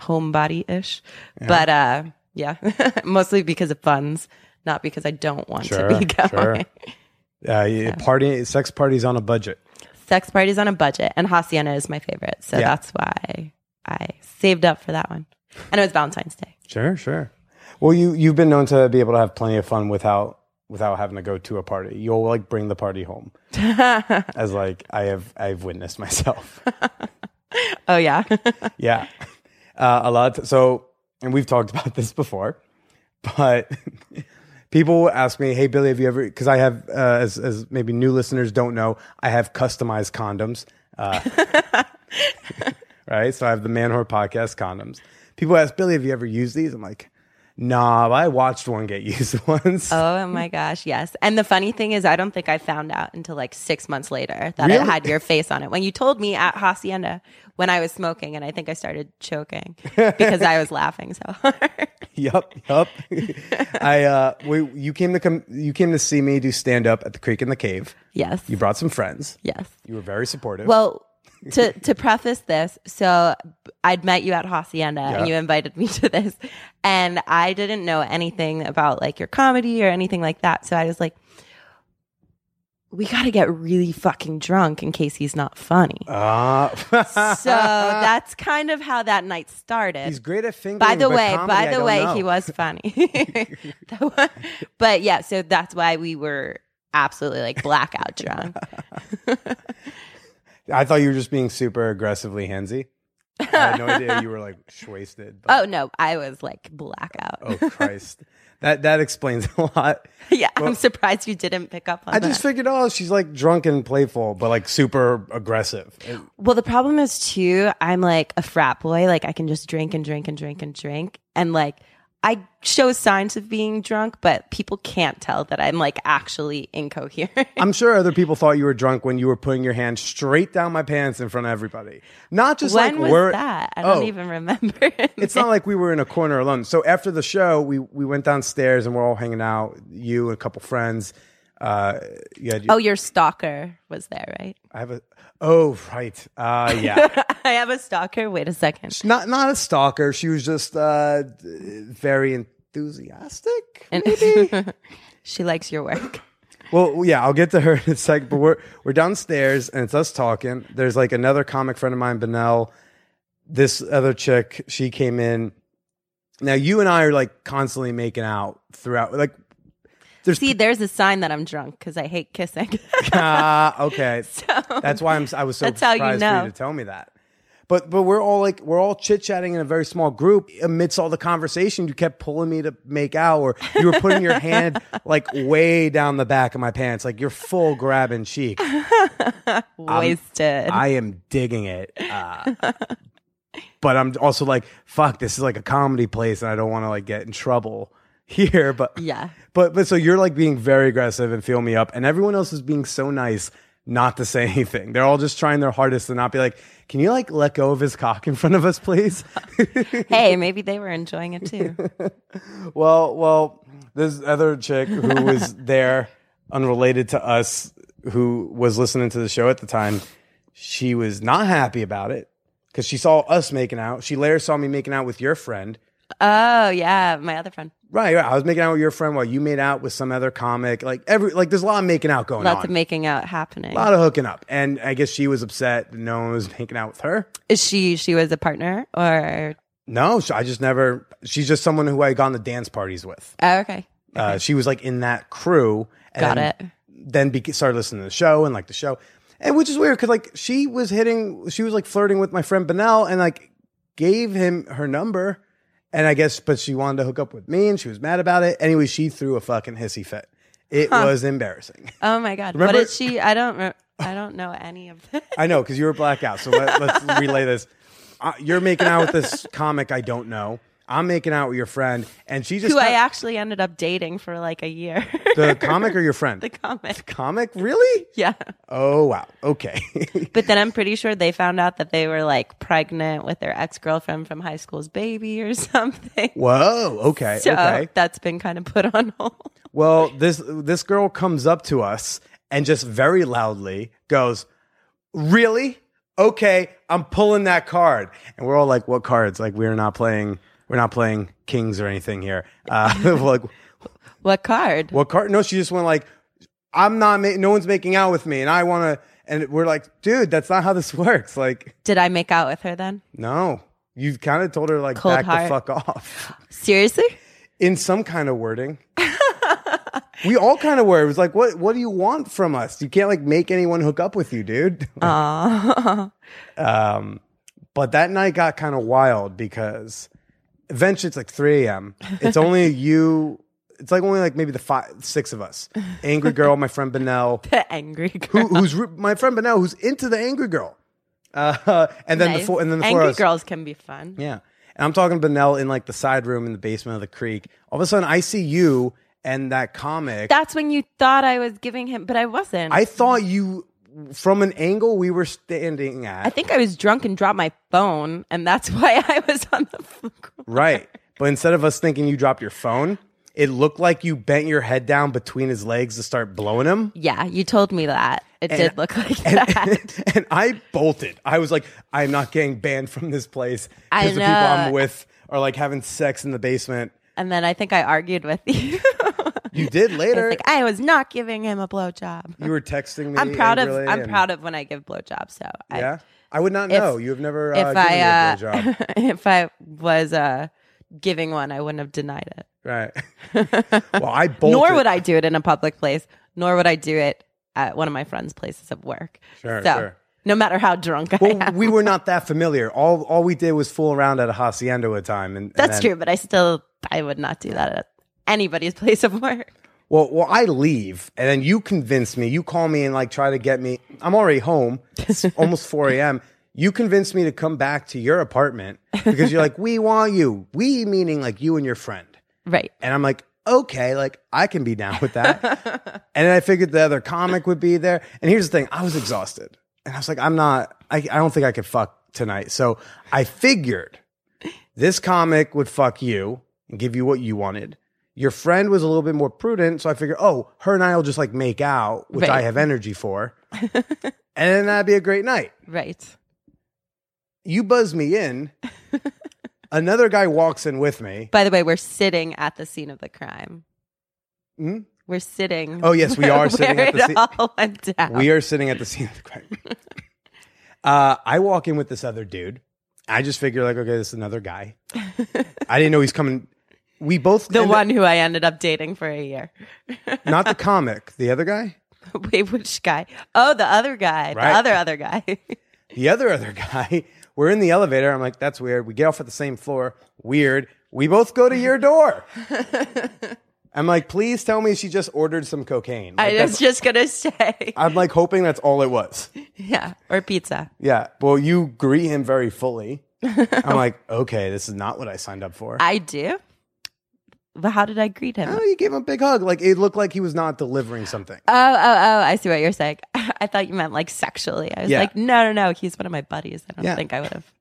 Speaker 3: homebody ish. But uh yeah. <laughs> Mostly because of funds, not because I don't want to be
Speaker 2: Sure, sure.
Speaker 3: <laughs> going.
Speaker 2: Uh, you- Party sex parties on a budget.
Speaker 3: Sex parties on a budget and Hacienda is my favorite. So
Speaker 2: Yeah.
Speaker 3: that's why I saved up for that one. And it was Valentine's Day.
Speaker 2: Sure, sure. Well, you you've been known to be able to have plenty of fun without without having to go to a party. You'll like bring the party home, as like I have I've witnessed myself.
Speaker 3: Oh yeah.
Speaker 2: Yeah. <laughs> Uh, a lot. so, and we've talked <laughs> about this before, but <laughs> people will ask me, "Hey Billy, have you ever?" Because I have, uh, as as maybe new listeners don't know, I have customized condoms. Uh, <laughs> right. So I have the Man Whore Podcast condoms. People ask Billy, "Have you ever used these?" I'm like, "Nah, but I watched one get <laughs> used once."
Speaker 3: oh my gosh, yes. And the funny thing is I don't think I found out until like six months later that
Speaker 2: Really?
Speaker 3: it had your face on it. When you told me at Hacienda when I was smoking and I think I started
Speaker 2: <laughs>
Speaker 3: choking because I was laughing so hard.
Speaker 2: <laughs>
Speaker 3: <laughs>
Speaker 2: Yup, yup. <laughs> I uh, we you came to come you came to see me do stand up at the Creek in the Cave.
Speaker 3: yes.
Speaker 2: You brought some friends.
Speaker 3: yes.
Speaker 2: You were very supportive.
Speaker 3: Well, to to preface this, so b- I'd met you at Hacienda
Speaker 2: Yeah.
Speaker 3: and you invited me <laughs> to this, and I didn't know anything about like your comedy or anything like that. So I was like, we got to get really fucking drunk in case he's not funny.
Speaker 2: Ah. <laughs>
Speaker 3: so that's kind of how that night started.
Speaker 2: He's great at fingering.
Speaker 3: by the
Speaker 2: but
Speaker 3: way,
Speaker 2: comedy, I
Speaker 3: by the
Speaker 2: don't
Speaker 3: way,
Speaker 2: know.
Speaker 3: he was funny. <laughs> That one- but yeah, so that's why we were absolutely like
Speaker 2: <laughs>
Speaker 3: blackout drunk.
Speaker 2: I thought you were just being super aggressively handsy. I had no idea you were like
Speaker 3: <laughs>
Speaker 2: wasted.
Speaker 3: Oh
Speaker 2: But,
Speaker 3: no, I was like blackout.
Speaker 2: oh, Christ, that that explains a lot.
Speaker 3: <laughs> yeah, I'm surprised you didn't pick up on
Speaker 2: I
Speaker 3: that.
Speaker 2: just figured, oh, she's like drunk and playful, but like super aggressive. And-
Speaker 3: well, the problem is too, I'm like a frat boy. Like I can just drink and drink and drink and drink, and like I show signs of being drunk, but people can't tell that I'm like actually incoherent.
Speaker 2: I'm sure other people thought you were drunk when you were putting your hand straight down my pants in front of everybody. Not just
Speaker 3: when
Speaker 2: like
Speaker 3: was
Speaker 2: we're-
Speaker 3: that? I
Speaker 2: Oh.
Speaker 3: don't even remember. <laughs>
Speaker 2: It's not like we were in a corner alone. So after the show, we we went downstairs and we're all hanging out. You and a couple friends. Uh, you had,
Speaker 3: oh, your stalker was there, right?
Speaker 2: I have a. Oh right. Uh, yeah.
Speaker 3: I have a stalker. Wait a second.
Speaker 2: not not a stalker. She was just uh, d- very enthusiastic. Maybe.
Speaker 3: She likes your work.
Speaker 2: well, yeah, I'll get to her in a sec. But we're we're downstairs and it's us talking. There's like another comic friend of mine, Benel. This other chick, she came in. Now you and I are like constantly making out throughout. Like,
Speaker 3: <laughs> See, there's a sign that I'm drunk because I hate kissing. <laughs>
Speaker 2: ah, okay,
Speaker 3: So-
Speaker 2: that's why I'm. I was so
Speaker 3: That's how you
Speaker 2: surprised for
Speaker 3: know.
Speaker 2: you to tell me that. But but we're all like we're all chit chatting in a very small group. Amidst all the conversation, you kept pulling me to make out, or you were putting your
Speaker 3: <laughs>
Speaker 2: hand like way down the back of my pants, like you're full grabbing cheek.
Speaker 3: Wasted.
Speaker 2: I am digging it, uh, but I'm also like, fuck, this is like a comedy place, and I don't want to like get in trouble <laughs> here. But
Speaker 3: Yeah.
Speaker 2: but but so you're like being very aggressive and feel me up, and everyone else is being so nice not to say <laughs> anything. They're all just trying their hardest to not be like, can you like let go of his cock in front of us, please? <laughs>
Speaker 3: hey, maybe they were enjoying it too.
Speaker 2: Well, well, this other chick who
Speaker 3: <laughs>
Speaker 2: was there, unrelated to us, who was listening to the show at the time, she was not happy about it because she saw us making out. She later saw me making out with your friend.
Speaker 3: Oh yeah, my other friend.
Speaker 2: Right, right. I was making out with your friend while you made out with some other comic. Like every like, there's a lot of making out going
Speaker 3: Lots
Speaker 2: on.
Speaker 3: of making out happening.
Speaker 2: a lot of hooking up, and I guess she was upset. that No one was <laughs> making out with her.
Speaker 3: Is she she was a partner or
Speaker 2: No, sh- I just never. She's just someone who I gone to dance parties with.
Speaker 3: oh, okay?
Speaker 2: Uh, she was like in that crew. And
Speaker 3: Got
Speaker 2: then-
Speaker 3: it.
Speaker 2: Then be- started listening to the show and like the show, and which is weird because like she was hitting, she was like flirting with my friend Benel and like gave him her number, and I guess but she wanted to hook up with me and she was mad about it. Anyway, she threw a fucking hissy fit. It was embarrassing.
Speaker 3: Oh my god!
Speaker 2: Remember-
Speaker 3: What did she? I don't. Re- I don't know any of
Speaker 2: <laughs>
Speaker 3: this.
Speaker 2: I know because you were blackout. So let,
Speaker 3: <laughs>
Speaker 2: let's relay this. Uh, you're making out with this comic I don't know. I'm making out with your friend, and she just
Speaker 3: Who I
Speaker 2: kinda-
Speaker 3: actually ended up dating for like a year.
Speaker 2: The comic or your friend?
Speaker 3: <laughs> the comic.
Speaker 2: comic? Really?
Speaker 3: Yeah.
Speaker 2: Oh wow. Okay. <laughs>
Speaker 3: But then I'm pretty sure they found out that they were like pregnant with their ex girlfriend from high school's baby or <laughs> something.
Speaker 2: Whoa. Okay.
Speaker 3: so
Speaker 2: Okay.
Speaker 3: that's been kind of put on hold.
Speaker 2: Well, this this girl comes up to us and just very loudly goes, "Really? Okay, I'm pulling that card." And we're all like, "What cards? Like we're not playing we're not playing kings or anything here." Uh, <laughs> we're like
Speaker 3: What card?
Speaker 2: what card? No, she just went like, "I'm not. Ma- no one's making out with me, and I want to." And we're like, "Dude, that's not how this <laughs> works." Like,
Speaker 3: Did I make out with her then?
Speaker 2: no, you've kind of told her like
Speaker 3: Cold
Speaker 2: back the
Speaker 3: heart.
Speaker 2: fuck off.
Speaker 3: Seriously? <laughs>
Speaker 2: in some kind of wording. we all kind of were. It was like, what what do you want from us? You can't like make anyone hook up with you, dude. <laughs>
Speaker 3: Aw.
Speaker 2: Um, but that night got kind of wild because eventually it's like 3 a.m.
Speaker 3: <laughs>
Speaker 2: It's only you. It's like only like maybe the five, six of us. Angry girl, my friend Benel,
Speaker 3: the angry girl.
Speaker 2: who, who's re- my friend Benel, who's into the angry girl. Uh, and then the
Speaker 3: Nice.
Speaker 2: four, and then the four
Speaker 3: angry
Speaker 2: of us.
Speaker 3: girls can be fun.
Speaker 2: Yeah. And I'm talking to Benel in like the side room in the basement of the creek. All of a sudden, I see you and that comic.
Speaker 3: That's when you thought I was giving him, but I wasn't.
Speaker 2: I thought you, from an angle we were standing at,
Speaker 3: I think I was drunk and dropped my phone, and that's <laughs> why I was on the phone.
Speaker 2: right. But instead of us thinking you dropped your phone, it looked like you bent your head down between his legs to start blowing him.
Speaker 3: Yeah, you told me that. It did look like
Speaker 2: And,
Speaker 3: that.
Speaker 2: <laughs> and I bolted. I was like, I'm not getting banned from this place
Speaker 3: I
Speaker 2: because the people I'm
Speaker 3: know.
Speaker 2: with are like having sex in the basement.
Speaker 3: and then I think I argued with you. <laughs>
Speaker 2: You did
Speaker 3: I
Speaker 2: later.
Speaker 3: was like, I was not giving him a blowjob.
Speaker 2: you were texting me.
Speaker 3: I'm proud of
Speaker 2: angrily
Speaker 3: I'm
Speaker 2: and-
Speaker 3: proud of when I give blowjobs. So
Speaker 2: Yeah, I would not
Speaker 3: if-
Speaker 2: know. You have never uh,
Speaker 3: I, if
Speaker 2: given me
Speaker 3: I
Speaker 2: a
Speaker 3: uh,
Speaker 2: blowjob,
Speaker 3: <laughs> if I was uh, giving one, I wouldn't have denied it. <laughs>
Speaker 2: right? well, I bolted.
Speaker 3: Nor would I do it in a public place. Nor would I do it at one of my friends' places of work.
Speaker 2: Sure,
Speaker 3: so,
Speaker 2: sure.
Speaker 3: No matter how drunk I
Speaker 2: Well,
Speaker 3: am,
Speaker 2: we were not that familiar. All all we did was fool around at a hacienda a time, and and
Speaker 3: that's
Speaker 2: then-
Speaker 3: true. But I still I would not do that at anybody's <laughs> place of work.
Speaker 2: Well, well, I leave, and then you convince me. You call me and like try to get me. I'm already home.
Speaker 3: <laughs>
Speaker 2: It's almost 4 a.m. You convince me to come back to your apartment because you're like, we want you. We meaning like you and your friend. <laughs>
Speaker 3: Right.
Speaker 2: And I'm like, okay, like I can be down with that. and then I figured the other comic would be there. And here's the thing I was exhausted. And I was like, I'm not, I, I don't think I could fuck tonight. So I figured this comic would fuck you and give you what you wanted. Your friend was a little bit more prudent. So I figured, oh, her and I will just like make out, which I
Speaker 3: Right.
Speaker 2: have energy for. and then that'd be a great night
Speaker 3: Right.
Speaker 2: you buzz me in. Another guy walks in with me.
Speaker 3: By the way, we're sitting at the scene of the crime.
Speaker 2: Hmm?
Speaker 3: We're sitting.
Speaker 2: Oh, yes, we are
Speaker 3: <laughs> where
Speaker 2: sitting at the
Speaker 3: it
Speaker 2: scene.
Speaker 3: all went down.
Speaker 2: We are sitting at the scene of the crime. Uh, I walk in with this other dude. I just figure like, okay, this is another guy. I didn't know he's coming. We both
Speaker 3: the
Speaker 2: ended-
Speaker 3: one who I ended up dating for a year. <laughs>
Speaker 2: not the comic, the other guy,
Speaker 3: Wait, which guy? Oh, the other guy.
Speaker 2: Right.
Speaker 3: The other other guy. <laughs>
Speaker 2: the other other guy. We're in the elevator. I'm like, that's weird. We get off at the same floor. Weird. We both go to your door. I'm like, please tell me she just ordered some cocaine. Like,
Speaker 3: I
Speaker 2: that's-
Speaker 3: was just gonna say.
Speaker 2: I'm like hoping that's all it was.
Speaker 3: <laughs> yeah. Or pizza.
Speaker 2: Yeah. Well, you greet him very fully. I'm like, okay, this is not what I signed up for.
Speaker 3: I do. But how did I greet him?
Speaker 2: oh, you gave him a big hug. Like it looked like he was not delivering something.
Speaker 3: Oh, oh, oh, I see what you're saying. <laughs> I thought you meant like sexually. I was
Speaker 2: Yeah.
Speaker 3: like, no, no, no. He's one of my buddies. I don't
Speaker 2: Yeah.
Speaker 3: think I would <laughs> have.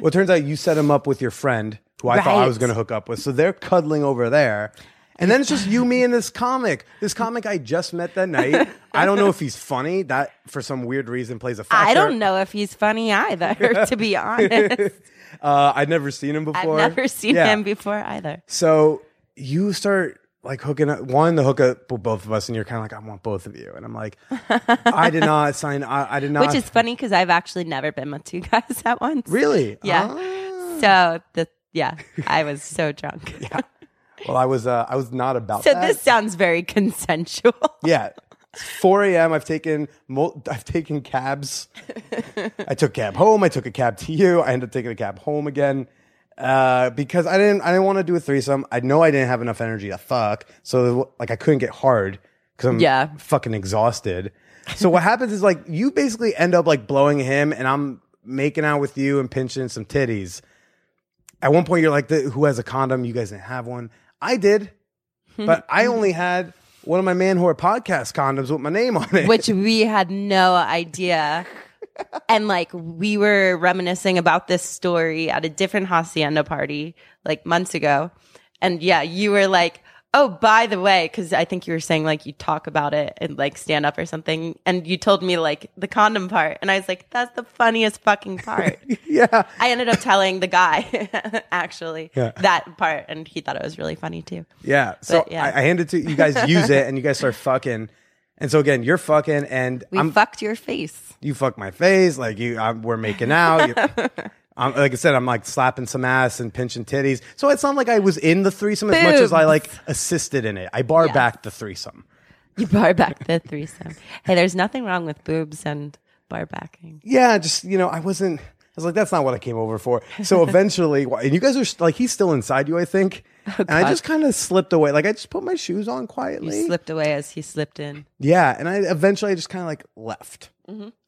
Speaker 2: Well, it turns out you set him up with your friend who I thought I
Speaker 3: Right.
Speaker 2: was going to hook up with. So they're cuddling over there. And then it's just you, me, and this comic. This comic I just met that night. I don't know if he's funny. That for some weird reason plays a factor.
Speaker 3: I don't know if he's
Speaker 2: <laughs>
Speaker 3: funny either, <laughs> to be honest.
Speaker 2: Uh, I'd never seen him
Speaker 3: I've
Speaker 2: before.
Speaker 3: never <laughs> seen
Speaker 2: Yeah.
Speaker 3: him before either.
Speaker 2: So you start like hooking up one, the hookup with both of us, and you're kind of like, I want both of you. And I'm like, I did not sign I, I did not
Speaker 3: <laughs> Which is funny because I've actually never been with two <laughs> guys at once.
Speaker 2: really
Speaker 3: Yeah.
Speaker 2: Ah.
Speaker 3: So the yeah, I was
Speaker 2: <laughs>
Speaker 3: so drunk.
Speaker 2: well, I was uh, I was not about
Speaker 3: so
Speaker 2: that.
Speaker 3: this sounds very consensual.
Speaker 2: Yeah. 4 a.m. I've taken mul- I've taken cabs. I took a cab home. I took a cab to you. I ended up taking a cab home again uh, because I didn't I didn't want to do a threesome. I know I didn't have enough energy to fuck, so like I couldn't get hard because I'm
Speaker 3: Yeah.
Speaker 2: fucking exhausted. So what happens is like you basically end up like blowing him, and I'm making out with you and pinching some titties. At one point, you're like, the, "Who has a condom? You guys didn't have one. I
Speaker 3: <laughs>
Speaker 2: did, but I only had." One of my man whore podcast condoms with my name on it.
Speaker 3: which we had no idea. and like we were reminiscing about this story at a different hacienda party like months ago. And yeah, you were like, "Oh, by the way, cuz I think you were saying like you talk about it and like stand up or something." And you told me like the condom part, and I was like, "That's the funniest fucking part."
Speaker 2: <laughs> yeah.
Speaker 3: I ended up telling the guy <laughs> actually
Speaker 2: Yeah.
Speaker 3: that part and he thought it was really funny too.
Speaker 2: Yeah. So
Speaker 3: But, yeah.
Speaker 2: I, I hand it to you guys. Use it, and you guys start fucking. And so again, you're fucking, and
Speaker 3: We
Speaker 2: I'm
Speaker 3: fucked your face.
Speaker 2: you fuck my face, like you. I'm, we're making out.
Speaker 3: <laughs>
Speaker 2: You- I'm, like I said, I'm like slapping some ass and pinching titties. So it's not like I was in the threesome as much as I like assisted in it. I bar back the threesome.
Speaker 3: <laughs> You bar back the threesome. Hey, there's nothing wrong with boobs and bar backing.
Speaker 2: Yeah, just you know, I wasn't. I was like, that's not what I came over for. So
Speaker 3: <laughs>
Speaker 2: eventually, and you guys are st- like, he's still inside you, I think. and I just kind of slipped away. Like I just put my shoes on
Speaker 3: Oh, You
Speaker 2: quietly.
Speaker 3: slipped away as he slipped in.
Speaker 2: Yeah, and I eventually I just kind of like left.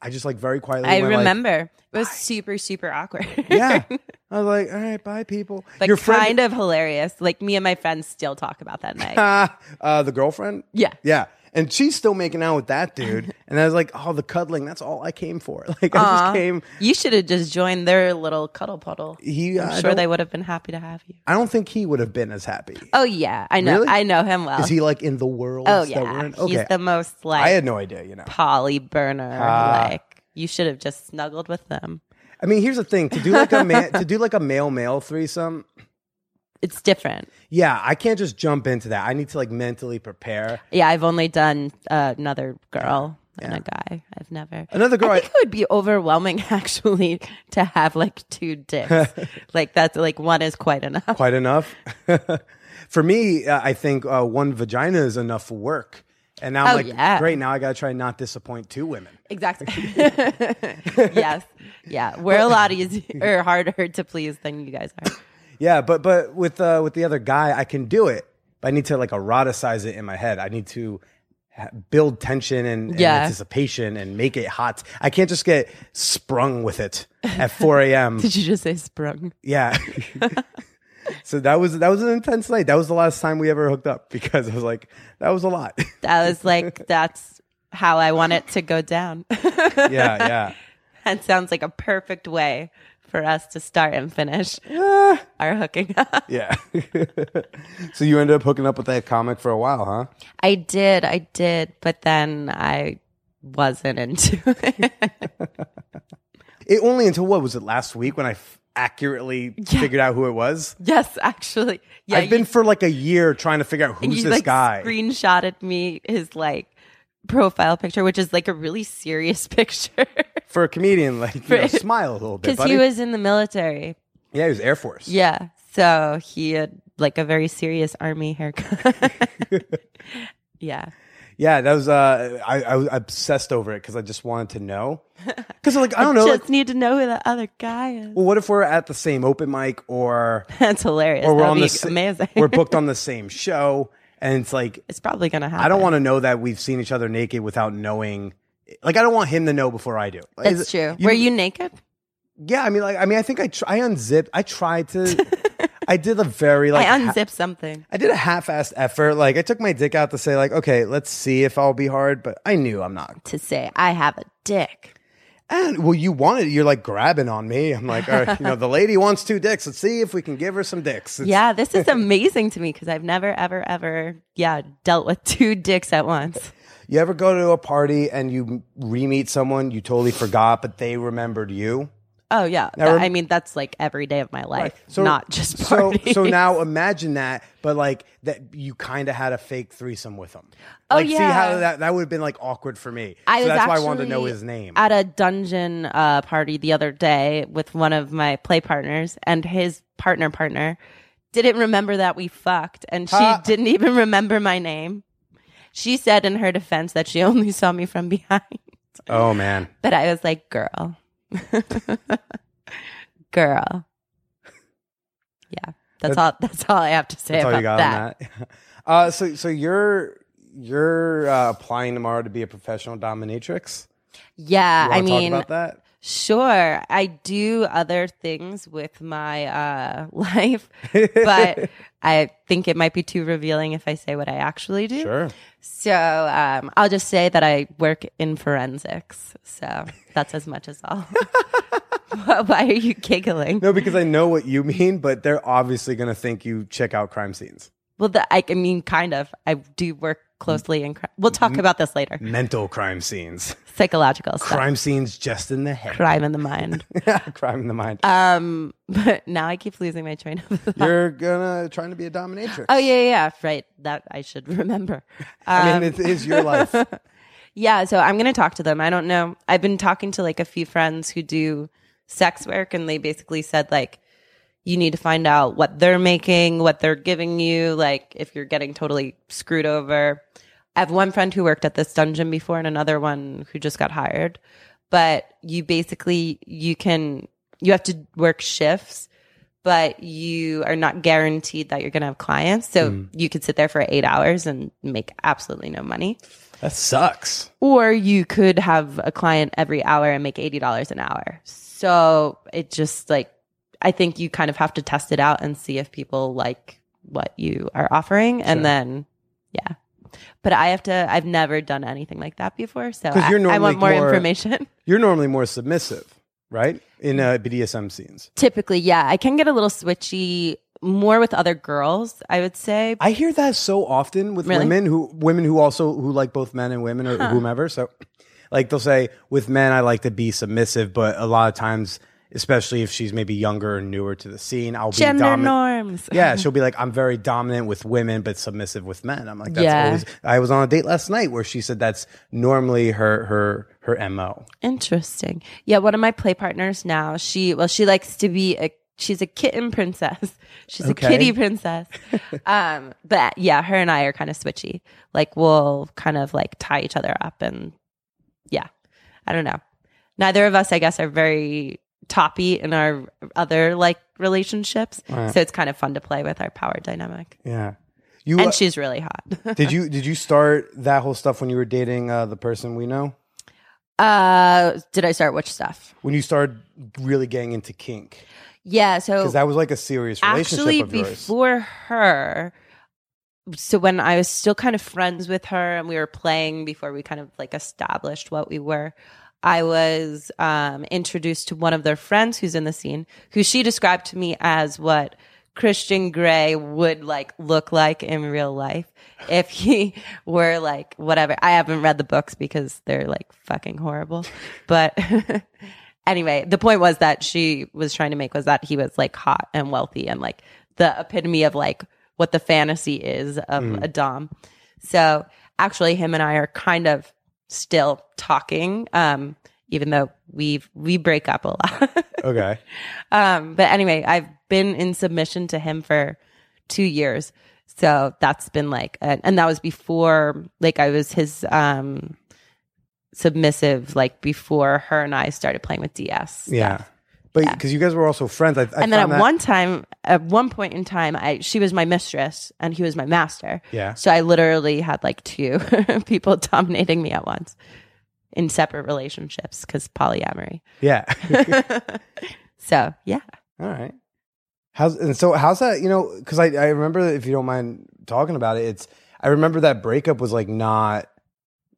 Speaker 2: I just like very quietly.
Speaker 3: Mm-hmm. I
Speaker 2: went, like-
Speaker 3: remember. it was super, super awkward.
Speaker 2: <laughs>
Speaker 3: <laughs>
Speaker 2: yeah, I was like, all right, bye, people.
Speaker 3: but
Speaker 2: Your friend,
Speaker 3: kind of hilarious. Like me and my friends still talk about that night.
Speaker 2: <laughs> uh, uh, the girlfriend.
Speaker 3: Yeah.
Speaker 2: yeah, and she's still making out with that
Speaker 3: <laughs>
Speaker 2: dude. and I was like, oh, the cuddling. That's all I came for. <laughs> Like I just came.
Speaker 3: You should have just joined their little cuddle puddle.
Speaker 2: He,
Speaker 3: I'm
Speaker 2: I
Speaker 3: sure
Speaker 2: don't-
Speaker 3: they would have been happy to have you.
Speaker 2: I don't think he would have been as happy.
Speaker 3: Oh yeah, I know.
Speaker 2: Really?
Speaker 3: I know him well.
Speaker 2: Is
Speaker 3: <laughs>
Speaker 2: he like in the world?
Speaker 3: oh
Speaker 2: That we're
Speaker 3: yeah,
Speaker 2: in? Okay.
Speaker 3: he's the most like
Speaker 2: I had Ah. no idea. You know.
Speaker 3: poly burner. like you should have just snuggled with them.
Speaker 2: I mean, here's the thing: to do like a
Speaker 3: <laughs>
Speaker 2: man, to do like a male male threesome.
Speaker 3: It's different.
Speaker 2: Yeah, I can't just jump into that. I need to like mentally prepare.
Speaker 3: Yeah, I've only done uh, another girl and a guy. I've never
Speaker 2: Another girl
Speaker 3: I
Speaker 2: I-
Speaker 3: think it would be overwhelming <laughs> actually to have like two <laughs> dicks. like that's like one is quite enough.
Speaker 2: <laughs> quite enough. <laughs> for me, uh, I think uh, one vagina is enough work. And now I'm
Speaker 3: Oh,
Speaker 2: like,
Speaker 3: yeah.
Speaker 2: great, now I got to try and not disappoint two women.
Speaker 3: <laughs> Exactly. yes. Yeah. We're a lot easier or harder to please than you guys are.
Speaker 2: Yeah, but but with uh, with the other guy, I can do it. But I need to like eroticize it in my head. I need to ha- build tension and, and
Speaker 3: Yeah.
Speaker 2: anticipation and make it hot. I can't just get sprung with it at 4
Speaker 3: <laughs>
Speaker 2: a.m.
Speaker 3: <laughs> Did you just say sprung?
Speaker 2: yeah. <laughs> so that was that was an intense night. That was the last time we ever hooked up because I was like, that was a lot. <laughs>
Speaker 3: That was like that's how I want it to go down. <laughs>
Speaker 2: yeah, yeah.
Speaker 3: that sounds like a perfect way for us to start and finish our hooking up.
Speaker 2: Yeah. <laughs> so you ended up hooking up with that comic for a while, huh?
Speaker 3: I did, I did, but then I wasn't into <laughs> it.
Speaker 2: It only until what was it last week when I f- accurately figured out who it was.
Speaker 3: yes, actually. Yeah,
Speaker 2: I've been for like a year trying to figure out
Speaker 3: you,
Speaker 2: who's
Speaker 3: you,
Speaker 2: this
Speaker 3: like
Speaker 2: guy.
Speaker 3: screenshotted me his like profile picture, which is like a really serious <laughs> picture.
Speaker 2: For a comedian, like you
Speaker 3: <laughs>
Speaker 2: know,
Speaker 3: For-
Speaker 2: smile a little bit,
Speaker 3: Because
Speaker 2: buddy.
Speaker 3: he was in the military.
Speaker 2: yeah, he was Air Force.
Speaker 3: Yeah. So he had like a very serious army haircut. <laughs> yeah.
Speaker 2: yeah. That was uh, I, I was obsessed over it because I just wanted to
Speaker 3: <laughs>
Speaker 2: know. Because like I don't know,
Speaker 3: Just
Speaker 2: like,
Speaker 3: need to know who the other guy is. <laughs>
Speaker 2: well, what if we're at the same open mic or
Speaker 3: That's hilarious.
Speaker 2: or we're
Speaker 3: That'd
Speaker 2: on
Speaker 3: be
Speaker 2: the sa-
Speaker 3: amazing.
Speaker 2: we're booked on the same show, and it's like
Speaker 3: <laughs> it's probably gonna happen.
Speaker 2: I don't want to know that we've seen each other naked without knowing. Like I don't want him to know before I do. Is
Speaker 3: That's
Speaker 2: it-
Speaker 3: true. Were you naked?
Speaker 2: Yeah, I mean, like I mean, I think I tr- I unzipped. I tried
Speaker 3: <laughs>
Speaker 2: to. I did a very like.
Speaker 3: I
Speaker 2: ha-
Speaker 3: unzipped something.
Speaker 2: I did a half-assed effort. Like I took my dick out to say like, okay, let's see if I'll be hard, but I knew I'm not.
Speaker 3: to say I have a dick.
Speaker 2: And well, you wanted. You're like grabbing on me. I'm like, all right, you know, the lady wants two dicks. Let's see if we can give her some dicks. It's-
Speaker 3: Yeah,
Speaker 2: <laughs>
Speaker 3: this is amazing to me because I've never, ever, ever, yeah, dealt with <laughs> two dicks at once.
Speaker 2: You ever go to a party and you re-meet someone you totally forgot, but they remembered you?
Speaker 3: Oh yeah.
Speaker 2: Now
Speaker 3: That-
Speaker 2: rem-
Speaker 3: I mean, that's like every day of my life,
Speaker 2: So-
Speaker 3: not just
Speaker 2: so.
Speaker 3: parties.
Speaker 2: So now imagine that, but like that you kind of had a fake threesome with him.
Speaker 3: Oh,
Speaker 2: like, See
Speaker 3: yeah.
Speaker 2: how that that would have been like awkward for me.
Speaker 3: I
Speaker 2: so
Speaker 3: was
Speaker 2: that's
Speaker 3: actually
Speaker 2: why I wanted to know his name.
Speaker 3: <laughs> at a dungeon uh, party the other day with one of my play partners and his partner partner didn't remember that we fucked and she
Speaker 2: Ha.
Speaker 3: didn't even remember my name. She said in her defense that she <laughs> only saw me from behind,
Speaker 2: oh man,
Speaker 3: but I was like, "Girl, <laughs> girl." Yeah, that's all. That's all I have to say
Speaker 2: that's
Speaker 3: about
Speaker 2: all you got
Speaker 3: that.
Speaker 2: on that. <laughs> Uh, so so you're you're uh, applying tomorrow to be a professional dominatrix.
Speaker 3: Yeah,
Speaker 2: You
Speaker 3: I
Speaker 2: wanna talk
Speaker 3: mean, uh,
Speaker 2: about that.
Speaker 3: Sure, I do other things with my uh, <laughs> life,
Speaker 2: <laughs>
Speaker 3: but I think it might be too revealing if I say what I actually do.
Speaker 2: Sure.
Speaker 3: So um, I'll just say that I work in forensics. So that's as much as
Speaker 2: <laughs>
Speaker 3: I'll. <laughs> Why are you giggling?
Speaker 2: No, because I know what you <laughs> mean, but they're obviously going to think you check out crime scenes.
Speaker 3: Well, the, I, I mean, kind of. I do work closely in. Cri- we'll talk about this later.
Speaker 2: Mental crime
Speaker 3: <laughs>
Speaker 2: scenes.
Speaker 3: Psychological stuff,
Speaker 2: Crime scenes just in the head.
Speaker 3: crime in the mind.
Speaker 2: <laughs> crime in the mind.
Speaker 3: Um, but now I keep losing my train of thought.
Speaker 2: You're gonna trying to be a dominatrix.
Speaker 3: uh, Oh yeah, yeah, yeah, right. That I should <laughs> remember.
Speaker 2: I
Speaker 3: Um,
Speaker 2: mean, it is your
Speaker 3: <laughs>
Speaker 2: life.
Speaker 3: yeah, so I'm gonna talk to them. I don't know. I've been talking to like a few friends who do sex work, and they basically said like, you need to find out what they're making, what they're giving you, like if you're getting totally screwed over. I have one friend who worked at this dungeon before, and another one who just got hired. But you basically you can you have to work shifts but you are not guaranteed that you're going to have clients. So you could sit there for eight hours and make absolutely no money.
Speaker 2: That sucks.
Speaker 3: Or you could have a client every hour and make $80 an hour. So it just like, I think you kind of have to test it out and see if people like what you are offering.
Speaker 2: Sure.
Speaker 3: And then, yeah. But I have to, I've never done anything like that before. So
Speaker 2: 'Cause
Speaker 3: I,
Speaker 2: you're
Speaker 3: I want
Speaker 2: normally
Speaker 3: more,
Speaker 2: more-
Speaker 3: information. <laughs>
Speaker 2: You're normally more submissive, right? In uh, BDSM scenes.
Speaker 3: Typically, yeah, I can get a little switchy more with other girls, I would say.
Speaker 2: I hear that so often with
Speaker 3: Really?
Speaker 2: women who women who also who like both men and women or whomever. So, like they'll say, with men, I like to be submissive, but a lot of times, especially if she's maybe younger and newer to the scene, I'll be
Speaker 3: Gender
Speaker 2: dominant.
Speaker 3: norms.
Speaker 2: yeah,
Speaker 3: <laughs>
Speaker 2: she'll be like, I'm very dominant with women, but submissive with men. I'm like, that's
Speaker 3: Yeah.
Speaker 2: always. I was on a date last night where she said that's normally her her her mo.
Speaker 3: Interesting. Yeah, one of my play partners now, she well, she likes to be a she's a kitten princess. <laughs> She's
Speaker 2: Okay.
Speaker 3: a
Speaker 2: <laughs>
Speaker 3: kitty princess. um, but yeah, her and I are kind of switchy. Like we'll kind of like tie each other up and yeah. I don't know. Neither of us, I guess, are very toppy in our other like relationships.
Speaker 2: Right.
Speaker 3: So it's kind of fun to play with our power dynamic.
Speaker 2: Yeah, you uh,
Speaker 3: And she's really hot. <laughs>
Speaker 2: did you did you start that whole stuff when you were dating uh, the person we know?
Speaker 3: uh did I start which stuff?
Speaker 2: When you started really getting into kink,
Speaker 3: Yeah, so
Speaker 2: because that was like a serious relationship
Speaker 3: actually
Speaker 2: of yours.
Speaker 3: before her so when i was still kind of friends with her and we were playing before we kind of like established what we were i was um, introduced to one of their friends who's in the scene who she described to me as what christian gray would like look like in real life if he <laughs> were like whatever i haven't read the books because they're like fucking horrible but <laughs> anyway, the point was that she was trying to make was that he was like hot and wealthy and like the epitome of like what the fantasy is of a dom. So actually, him and I are kind of still talking, um, even though we we break up a lot. <laughs>
Speaker 2: Okay,
Speaker 3: um, but anyway, I've been in submission to him for two years, so that's been like, and and that was before like I was his um, submissive, like before her and I started playing with <laughs> DS.
Speaker 2: yeah, but because you guys were also friends, I, I
Speaker 3: and then at
Speaker 2: found that-
Speaker 3: one time at one point in time i she was my mistress and he was my master
Speaker 2: <laughs> Yeah.
Speaker 3: so i literally had like two <laughs> people dominating me at once in separate relationships because polyamory <laughs>
Speaker 2: yeah. <laughs>
Speaker 3: so yeah
Speaker 2: All right. How's and so how's that? You know, because I I remember that if you don't mind talking about it, it's I remember that breakup was like not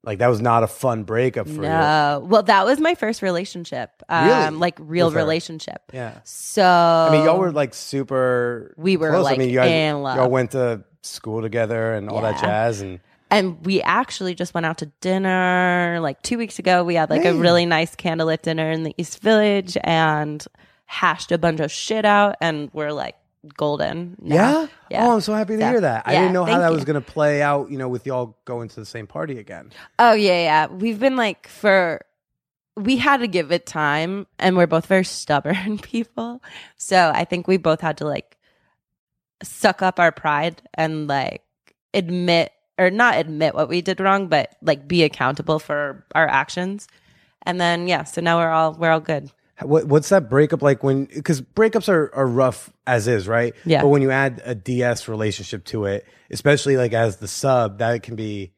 Speaker 2: like that was not a fun breakup for you.
Speaker 3: no well that was my first relationship um
Speaker 2: Really?
Speaker 3: like real
Speaker 2: With her?
Speaker 3: relationship
Speaker 2: Yeah.
Speaker 3: so
Speaker 2: I mean, y'all were like super.
Speaker 3: We were,
Speaker 2: close. I
Speaker 3: like,
Speaker 2: mean, you guys,
Speaker 3: in love.
Speaker 2: y'all went to school together and all that
Speaker 3: Yeah.
Speaker 2: jazz, and
Speaker 3: And we actually just went out to dinner like two weeks ago. We had like a really nice candlelit dinner in the East Village and hashed a bunch of shit out. And we're like golden. now.
Speaker 2: Yeah?
Speaker 3: Yeah.
Speaker 2: Oh, I'm so happy to
Speaker 3: So,
Speaker 2: hear that. I
Speaker 3: yeah,
Speaker 2: didn't know how
Speaker 3: thank
Speaker 2: that
Speaker 3: you.
Speaker 2: was going to play out, you know, with y'all going to the same party again.
Speaker 3: Oh yeah, yeah. We've been like for we had to give it time and we're both very <laughs> stubborn people. So I think we both had to like suck up our pride and like admit or not admit what we did wrong, but like be accountable for our actions. And then yeah, so now we're all we're all good.
Speaker 2: What, what's that breakup like when, because breakups are, are rough as is, right?
Speaker 3: Yeah.
Speaker 2: But when you add a DS relationship to it, especially like as the sub, that can be,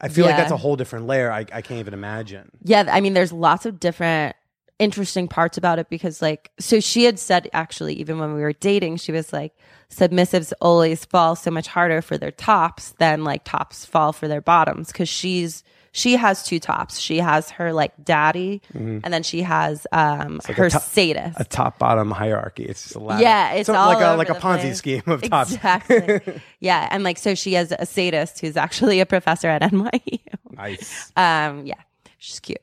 Speaker 2: I feel like
Speaker 3: Yeah.
Speaker 2: that's a whole different layer. I, I can't even imagine.
Speaker 3: Yeah, I mean, there's lots of different interesting parts about it because, like, so she had said actually, even when we were dating, she was like, submissives always fall so much harder for their tops than like tops fall for their bottoms because she's she has two tops. She has her like daddy, and then she has um her sadist.
Speaker 2: Mm-hmm. A top bottom hierarchy. It's just a ladder.
Speaker 3: Yeah, it's
Speaker 2: So,
Speaker 3: all
Speaker 2: like a,
Speaker 3: over
Speaker 2: like a
Speaker 3: the
Speaker 2: Ponzi
Speaker 3: place.
Speaker 2: scheme of tops. <laughs>
Speaker 3: Exactly. yeah, and like so she has a sadist who's actually a professor at NYU.
Speaker 2: Nice.
Speaker 3: Um, yeah, she's cute.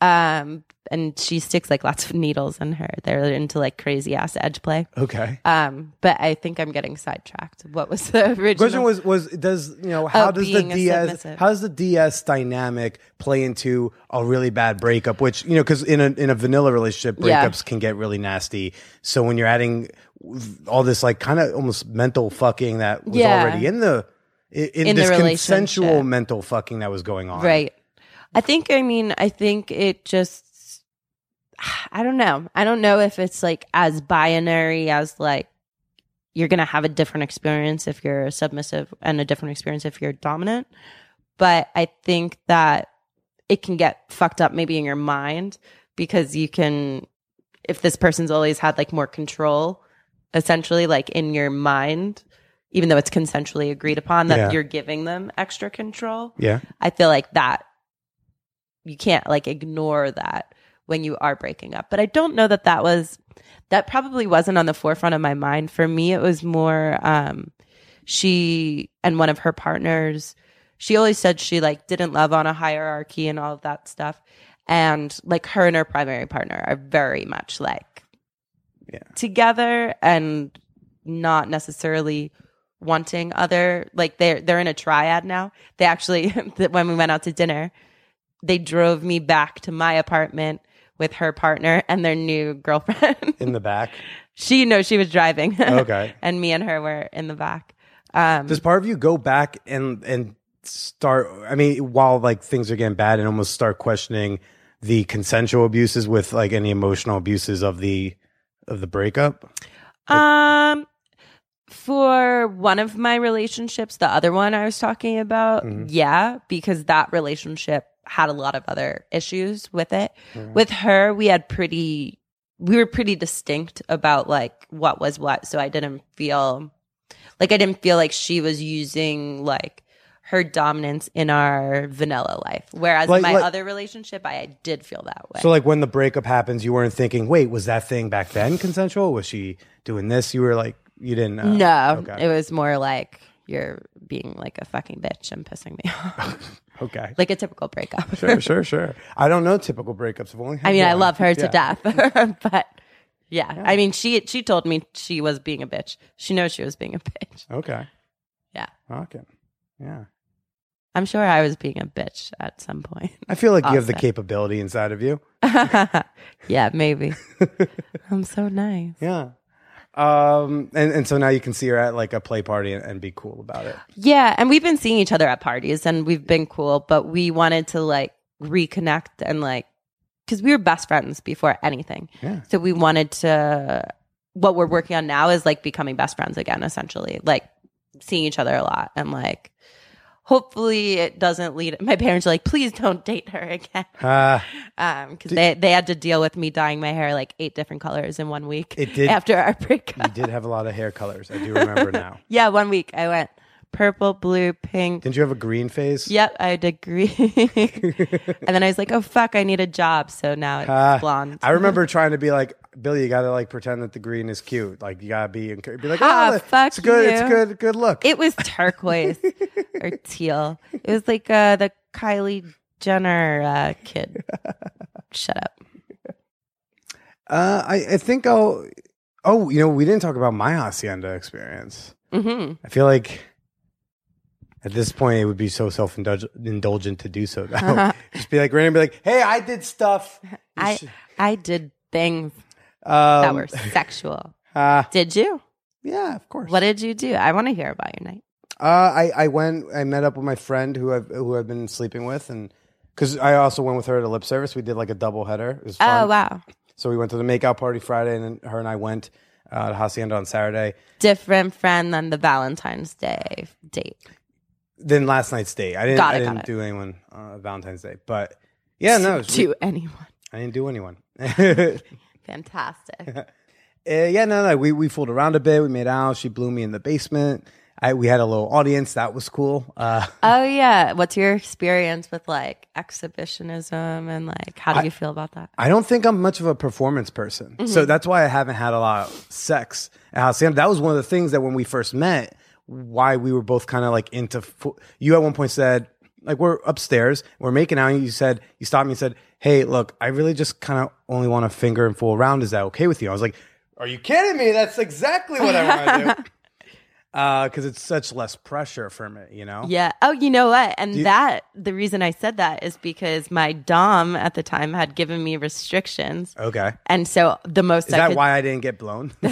Speaker 3: Um, and she sticks like lots of needles in her. They're into like crazy ass edge play.
Speaker 2: Okay.
Speaker 3: Um, but I think I'm getting sidetracked. What was the <laughs>
Speaker 2: question
Speaker 3: original?
Speaker 2: was was does you know how does the
Speaker 3: being a
Speaker 2: DS
Speaker 3: submissive.
Speaker 2: how does the DS dynamic play into a really bad breakup? Which you know because in a in a vanilla relationship
Speaker 3: Yeah.
Speaker 2: breakups can get really nasty. So when you're adding w- all this like kind of almost mental fucking that was
Speaker 3: Yeah.
Speaker 2: already in the in, in
Speaker 3: In the
Speaker 2: this consensual
Speaker 3: relationship.
Speaker 2: mental fucking that was going on.
Speaker 3: right. I think. I mean, I think it just. <sighs> I don't know. I don't know if it's like as binary as like you're gonna have a different experience if you're submissive and a different experience if you're dominant. But I think that it can get fucked up maybe in your mind because you can if this person's always had like more control essentially like in your mind even though it's consensually agreed upon that
Speaker 2: Yeah.
Speaker 3: you're giving them extra control
Speaker 2: Yeah.
Speaker 3: i feel like that you can't like ignore that when you are breaking up but i don't know that that was that probably wasn't on the forefront of my mind for me it was more um she and one of her partners she always said she like didn't love on a hierarchy and all of that stuff and like her and her primary partner are very much like
Speaker 2: Yeah.
Speaker 3: together and not necessarily wanting other like they're they're in a triad now they actually <laughs> that when we went out to dinner they drove me back to my apartment with her partner and their new girlfriend <laughs>
Speaker 2: In the back.
Speaker 3: she knows she was driving
Speaker 2: Oh, Okay.
Speaker 3: <laughs> and me and her were in the back um
Speaker 2: Does part of you go back and and start? I mean, while like things are getting bad, and almost start questioning the consensual abuses with like any emotional abuses of the of the breakup.
Speaker 3: Um, for one of my relationships, the other one I was talking about,
Speaker 2: Mm-hmm.
Speaker 3: yeah, because that relationship had a lot of other issues with it.
Speaker 2: Mm-hmm.
Speaker 3: With her, we had pretty, we were pretty distinct about like what was what. So I didn't feel like I didn't feel like she was using like her dominance in our vanilla life. Whereas
Speaker 2: Like-
Speaker 3: my
Speaker 2: like-
Speaker 3: other relationship, I did feel that way.
Speaker 2: So like when the breakup happens, you weren't thinking, "Wait, was that thing back then consensual? Was she doing this?" You were like, you didn't. uh, Know.
Speaker 3: No,
Speaker 2: Oh, Okay.
Speaker 3: it was more like you're being like a fucking bitch and pissing me <laughs> off.
Speaker 2: Okay.
Speaker 3: like a typical
Speaker 2: <laughs>
Speaker 3: breakup.
Speaker 2: sure, sure, sure. I don't know typical breakups. I've only had
Speaker 3: I mean, I
Speaker 2: one.
Speaker 3: love her to
Speaker 2: Yeah.
Speaker 3: death, <laughs> but yeah, I mean, she she told me she was being a bitch. She knows she was being a <laughs> bitch.
Speaker 2: Okay.
Speaker 3: Yeah.
Speaker 2: Rocking. Yeah.
Speaker 3: I'm sure I was being a bitch at some point. <laughs>
Speaker 2: I feel like you have the
Speaker 3: Awesome.
Speaker 2: capability inside of you.
Speaker 3: yeah,
Speaker 2: <laughs>
Speaker 3: maybe. I'm so nice.
Speaker 2: Yeah. Um, and, and so now you can see her at like a play party and, and be cool about it.
Speaker 3: Yeah, and we've been seeing each other at parties and we've been cool, but we wanted to like reconnect and like cuz we were best friends before anything.
Speaker 2: Yeah.
Speaker 3: So we wanted to what we're working on now is like becoming best friends again essentially. Like seeing each other a lot and like hopefully it doesn't lead my parents are like please don't date her again
Speaker 2: Uh,
Speaker 3: um cuz they they had to deal with me dyeing my hair like eight different colors in one week
Speaker 2: It did- Hmm.
Speaker 3: after our
Speaker 2: you
Speaker 3: breakup.
Speaker 2: did have a lot of hair colors. I do <laughs> remember now.
Speaker 3: Yeah, one week I went purple, blue, pink,
Speaker 2: Didn't you have a green phase?
Speaker 3: Yep, I had agree. <laughs> and then I was like, oh fuck, I need a job. So now it's
Speaker 2: Ah,
Speaker 3: blonde.
Speaker 2: I remember trying to be like, Billy, you gotta like pretend that the green is cute. Like you gotta be, encour- be like,
Speaker 3: Ah,
Speaker 2: oh,
Speaker 3: fuck
Speaker 2: it's good,
Speaker 3: you."
Speaker 2: it's good, good look.
Speaker 3: it was turquoise.
Speaker 2: <laughs>
Speaker 3: or teal. It was like uh, the Kylie Jenner uh, kid. Shut up.
Speaker 2: Uh, I, I think I'll. Oh, you know, we didn't talk about my hacienda experience.
Speaker 3: hmm
Speaker 2: I feel like at this point it would be so self indulgent to do so.
Speaker 3: Uh-huh.
Speaker 2: <laughs> Just be like randomly, be like, "Hey, I did stuff." You
Speaker 3: <laughs> I
Speaker 2: should-
Speaker 3: I did things
Speaker 2: um, <laughs>
Speaker 3: that were sexual.
Speaker 2: uh,
Speaker 3: Did you?
Speaker 2: yeah, of course.
Speaker 3: What did you do? I want to hear about your night.
Speaker 2: Uh, I I went. I met up with my friend who I've who I've been sleeping with, and because I also went with her to lip service, we did like a double header. It was fun.
Speaker 3: Oh wow,
Speaker 2: So we went to the makeout party Friday, and then her and I went uh, to hacienda on Saturday.
Speaker 3: different friend than the Valentine's Day date.
Speaker 2: Then last night's date, I didn't.
Speaker 3: Got
Speaker 2: I
Speaker 3: it, got
Speaker 2: didn't
Speaker 3: it.
Speaker 2: do anyone uh, Valentine's Day, but yeah, no, it was-
Speaker 3: to anyone.
Speaker 2: I didn't do anyone. <laughs>
Speaker 3: Fantastic.
Speaker 2: Uh, yeah, no, no. We we fooled around a bit. We made out. She blew me in the basement. I we had a little audience. That was cool. Uh,
Speaker 3: oh yeah, what's your experience with like exhibitionism and like how do you feel about that?
Speaker 2: I don't think I'm much of a performance person, so
Speaker 3: Mm-hmm.
Speaker 2: that's why I haven't had a lot of sex at Hacienda. That was one of the things that when we first met, why we were both kind of like into. Fo- you at one point said. Like we're upstairs, we're making out, and you said you stopped me and said, "Hey, look, I really just kind of only want to finger and fool around. Is that okay with you?" I was like, "Are you kidding me? That's exactly what I want to do."
Speaker 3: <laughs>
Speaker 2: Because it's such less pressure for me, you know.
Speaker 3: Yeah. Oh, you know what? And
Speaker 2: you-
Speaker 3: that the reason I said that is because my dom at the time had given me restrictions,
Speaker 2: Okay.
Speaker 3: and so the most
Speaker 2: Is
Speaker 3: I
Speaker 2: that
Speaker 3: could.
Speaker 2: why I didn't get blown?
Speaker 3: <laughs>
Speaker 2: <laughs>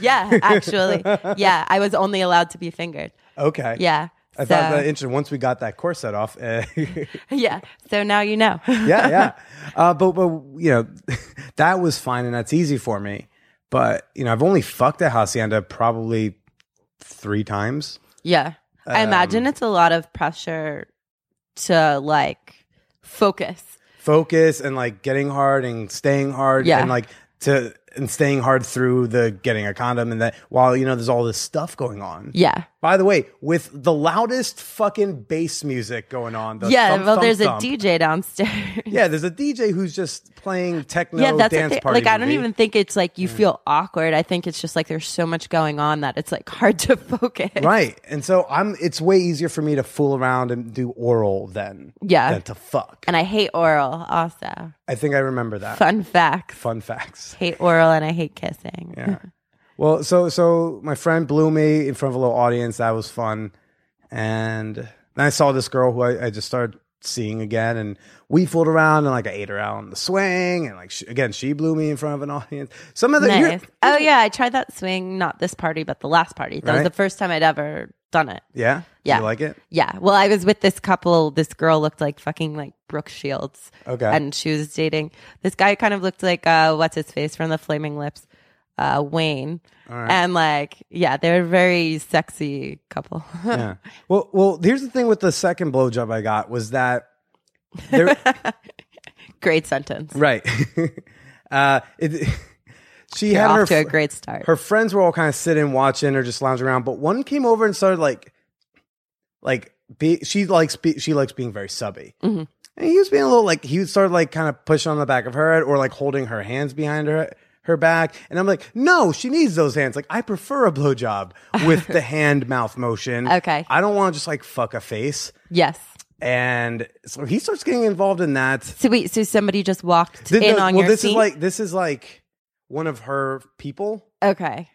Speaker 3: yeah, actually, yeah, I was only allowed to be fingered.
Speaker 2: okay.
Speaker 3: Yeah.
Speaker 2: I
Speaker 3: so,
Speaker 2: thought that interesting. Once we got that corset off, uh, <laughs> yeah,
Speaker 3: <laughs> yeah. So now you know.
Speaker 2: yeah. Uh, but but you know, <laughs> that was fine and that's easy for me. But you know, I've only fucked at hacienda probably three times.
Speaker 3: <laughs> Yeah. I imagine
Speaker 2: Um,
Speaker 3: it's a lot of pressure to like focus.
Speaker 2: Focus and like getting hard and staying hard
Speaker 3: Yeah.
Speaker 2: and like to and staying hard through the getting a condom and that while you know there's all this stuff going on.
Speaker 3: Yeah.
Speaker 2: By the way, with the loudest fucking bass music going on. The
Speaker 3: yeah.
Speaker 2: thump,
Speaker 3: well,
Speaker 2: thump,
Speaker 3: there's
Speaker 2: thump.
Speaker 3: a DJ downstairs.
Speaker 2: Yeah, there's a DJ who's just playing techno
Speaker 3: yeah. That's the
Speaker 2: dance
Speaker 3: thing.
Speaker 2: party.
Speaker 3: Like, I don't
Speaker 2: movie.
Speaker 3: even think it's like you feel awkward. I think it's just like there's so much going on that it's like <laughs> hard to focus.
Speaker 2: Right, and so I'm. It's way easier for me to fool around and do oral than
Speaker 3: Yeah.
Speaker 2: than to fuck.
Speaker 3: And I hate oral also.
Speaker 2: I think I remember that.
Speaker 3: Fun facts.
Speaker 2: Fun
Speaker 3: <laughs>
Speaker 2: facts.
Speaker 3: Hate oral and I hate kissing.
Speaker 2: Yeah. well, so so my friend blew me in front of a little audience. That was fun, and then I saw this girl who I, I just started seeing again, and we fooled around and like I ate her out on the swing, and like she, again she blew me in front of an <laughs> audience. Some of the you're-
Speaker 3: Nice. Oh yeah, I tried that swing, not this party, but the last party. That
Speaker 2: Right.
Speaker 3: was the first time I'd ever done it.
Speaker 2: yeah
Speaker 3: Yeah.
Speaker 2: you like it
Speaker 3: Yeah. Well, I was with this couple. This girl looked like fucking like Brooke Shields.
Speaker 2: okay
Speaker 3: And she was dating this guy kind of looked like uh what's his face from the Flaming Lips, uh Wayne.
Speaker 2: All right.
Speaker 3: And like, yeah, they're a very sexy couple. <laughs>
Speaker 2: yeah. <laughs> Well, well. Here's the thing with the second blowjob I got was that
Speaker 3: <laughs>
Speaker 2: there,
Speaker 3: great sentence.
Speaker 2: right. <laughs> uh, it, <laughs> she
Speaker 3: You're
Speaker 2: had her
Speaker 3: off to a
Speaker 2: fr-
Speaker 3: great start.
Speaker 2: her friends were all kind of sitting, watching, or just lounging around. But one came over and started like, like be, she likes be, she likes being very subby.
Speaker 3: Mhm.
Speaker 2: And he was being a little like he would start like kind of pushing on the back of her head or like holding her hands behind her her back. And I'm like, no, she needs those hands. Like I prefer a blowjob
Speaker 3: <laughs>
Speaker 2: with the hand mouth motion.
Speaker 3: Okay.
Speaker 2: I don't want to just like fuck a face.
Speaker 3: yes.
Speaker 2: And so he starts getting involved in that.
Speaker 3: So wait, so somebody just walked
Speaker 2: Th-
Speaker 3: in
Speaker 2: no,
Speaker 3: on
Speaker 2: well,
Speaker 3: your
Speaker 2: this
Speaker 3: scene?
Speaker 2: is like this is like one of her people
Speaker 3: okay.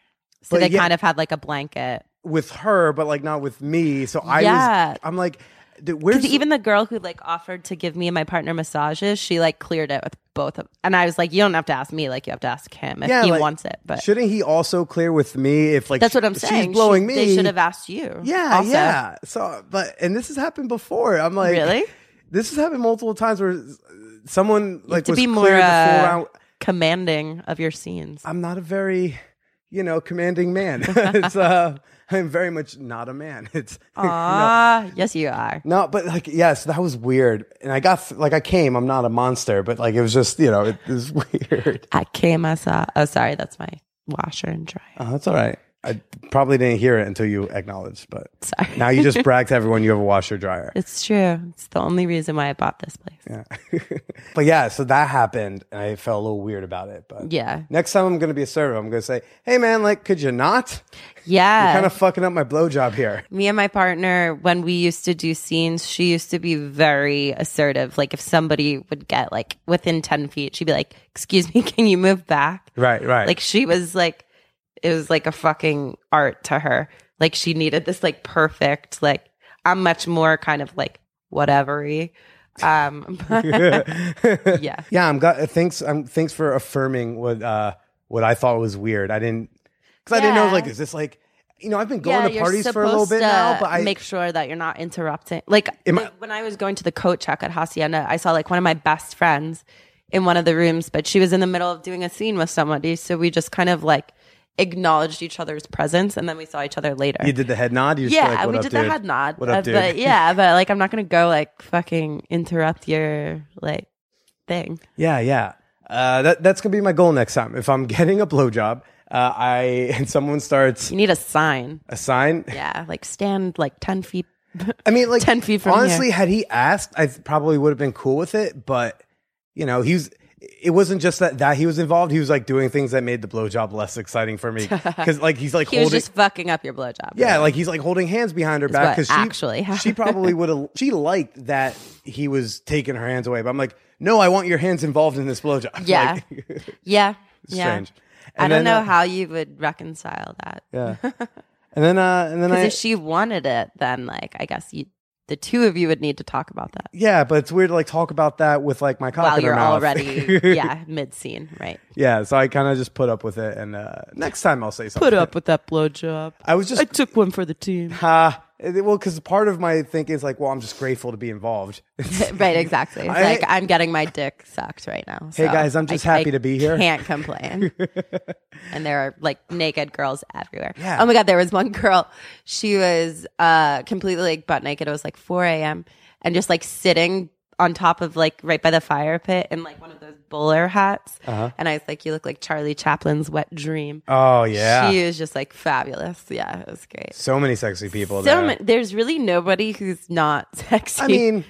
Speaker 3: So
Speaker 2: But
Speaker 3: they
Speaker 2: yeah-
Speaker 3: kind of had like a blanket.
Speaker 2: with her, but like not with me. So I
Speaker 3: Yeah.
Speaker 2: was, I'm like, dude,
Speaker 3: Because
Speaker 2: where's
Speaker 3: even the girl who like offered to give me and my partner massages, she like cleared it with both of and I was like, You don't have to ask me, like you have to ask him if
Speaker 2: Yeah,
Speaker 3: he
Speaker 2: like,
Speaker 3: wants it. But
Speaker 2: shouldn't he also clear with me if like
Speaker 3: That's what
Speaker 2: she-
Speaker 3: I'm
Speaker 2: if she's
Speaker 3: saying. She-
Speaker 2: blowing me?
Speaker 3: They should have asked you.
Speaker 2: Yeah,
Speaker 3: also.
Speaker 2: yeah. So, but and this has happened before. I'm like,
Speaker 3: Really?
Speaker 2: This has happened multiple times where someone like
Speaker 3: to
Speaker 2: was
Speaker 3: be more,
Speaker 2: cleared to fool
Speaker 3: uh,
Speaker 2: around.
Speaker 3: Commanding of your scenes.
Speaker 2: I'm not a very, you know, commanding man. <laughs> it's
Speaker 3: <laughs>
Speaker 2: uh, I'm very much not a man. It's you know,
Speaker 3: Ah, yes, you are.
Speaker 2: No, but like yes, that was weird. And I got like I came. I'm not a monster, but like it was just you know it, it was <laughs> weird.
Speaker 3: I came, I saw. Oh, sorry, that's my washer and dryer.
Speaker 2: Oh, that's all right. I probably didn't hear it until you acknowledged, but
Speaker 3: <laughs> Sorry.
Speaker 2: now you just brag to everyone you have a washer dryer.
Speaker 3: It's true. It's the only reason why I bought this place. Yeah.
Speaker 2: But yeah, <laughs> so that happened, and I felt a little weird about it. But
Speaker 3: Yeah.
Speaker 2: next time I'm going to be a server, I'm going to say, "Hey man, like, could you not? You're kind of fucking up my blowjob here."
Speaker 3: me and my partner when we used to do scenes she used to be very assertive like if somebody would get like within 10 feet she'd be like excuse me <laughs> can you move back
Speaker 2: Right, right.
Speaker 3: like she was like it was like a fucking art to her like she needed this like perfect like i'm much more kind of like whatevery um <laughs>
Speaker 2: <laughs>
Speaker 3: yeah
Speaker 2: yeah, I'm got thanks. I'm thanks for affirming what uh what I thought was weird. I didn't because I didn't know
Speaker 3: Yeah.
Speaker 2: like is this like you know I've been going
Speaker 3: yeah,
Speaker 2: to
Speaker 3: you're
Speaker 2: parties for a little
Speaker 3: supposed
Speaker 2: bit
Speaker 3: to
Speaker 2: now, but I
Speaker 3: make sure that you're not interrupting. Like
Speaker 2: Am
Speaker 3: the- when I was going to the coat check at Hacienda, I saw like one of my best friends in one of the rooms, but she was in the middle of doing a scene with somebody, so we just kind of like acknowledged each other's presence, and then we saw each other later.
Speaker 2: <laughs> you did the head nod. You just
Speaker 3: yeah,
Speaker 2: like, what
Speaker 3: we
Speaker 2: up,
Speaker 3: did
Speaker 2: dude?
Speaker 3: the head nod,
Speaker 2: What up,
Speaker 3: uh,
Speaker 2: dude? <laughs>
Speaker 3: but yeah, but like I'm not gonna go like fucking interrupt your like thing.
Speaker 2: Yeah, yeah. Uh, that that's gonna be my goal next time. If I'm <laughs> getting a blowjob, uh, I <laughs> and someone starts
Speaker 3: You need a sign.
Speaker 2: a sign.
Speaker 3: Yeah, like stand like ten feet. <laughs>
Speaker 2: I mean, like
Speaker 3: 10 feet from
Speaker 2: Honestly,
Speaker 3: here.
Speaker 2: had he asked, I th- probably would have been cool with it. But you know, he was. It wasn't just that that he was involved. He was like doing things that made the blowjob less exciting for
Speaker 3: <laughs>
Speaker 2: me because like he's like
Speaker 3: He was
Speaker 2: holding.
Speaker 3: just fucking up your blowjob.
Speaker 2: yeah, like he's like holding hands behind her back
Speaker 3: what
Speaker 2: because she
Speaker 3: actually <laughs>
Speaker 2: she
Speaker 3: happened.
Speaker 2: probably would have she liked that he was taking her hands away. But I'm like, no, I want your hands involved in this blowjob. <laughs>
Speaker 3: Yeah.
Speaker 2: Like,
Speaker 3: <laughs>
Speaker 2: <laughs>
Speaker 3: Yeah. yeah.
Speaker 2: strange.
Speaker 3: I
Speaker 2: And
Speaker 3: don't
Speaker 2: then,
Speaker 3: know
Speaker 2: uh,
Speaker 3: how you would reconcile that.
Speaker 2: Yeah.
Speaker 3: <laughs>
Speaker 2: And then, uh, and then I,
Speaker 3: Because if she wanted it, then like I guess you, the two of you would need to talk about that
Speaker 2: yeah, but it's weird to like talk about that with like my cock
Speaker 3: while
Speaker 2: in her
Speaker 3: you're
Speaker 2: mouth. <laughs>
Speaker 3: already yeah mid scene, right?
Speaker 2: yeah, so I kind of just put up with it, and uh, next time I'll say something.
Speaker 4: Put up with that blowjob.
Speaker 2: I was just,
Speaker 4: Took one for the team.
Speaker 2: uh, it- well, because part of my thinking is like, well, I'm just grateful to be involved. <laughs>
Speaker 3: <laughs> right, exactly. It's
Speaker 2: I-
Speaker 3: like I'm getting my dick sucked right now.
Speaker 2: Hey,
Speaker 3: so
Speaker 2: guys, I'm just happy to be here.
Speaker 3: Can't
Speaker 2: <laughs>
Speaker 3: complain. and there are like naked girls everywhere.
Speaker 2: Yeah.
Speaker 3: Oh my god, there was one girl. She was uh completely like butt naked. It was like 4 a.m. and just like sitting on top of like right by the fire pit in like one of those bowler hats.
Speaker 2: Uh-huh.
Speaker 3: And I was like, you look like Charlie Chaplin's wet dream.
Speaker 2: oh yeah,
Speaker 3: She was just like fabulous. Yeah, it was great.
Speaker 2: so many sexy people.
Speaker 3: So
Speaker 2: there.
Speaker 3: ma- there's really nobody who's not <laughs> sexy.
Speaker 2: I mean,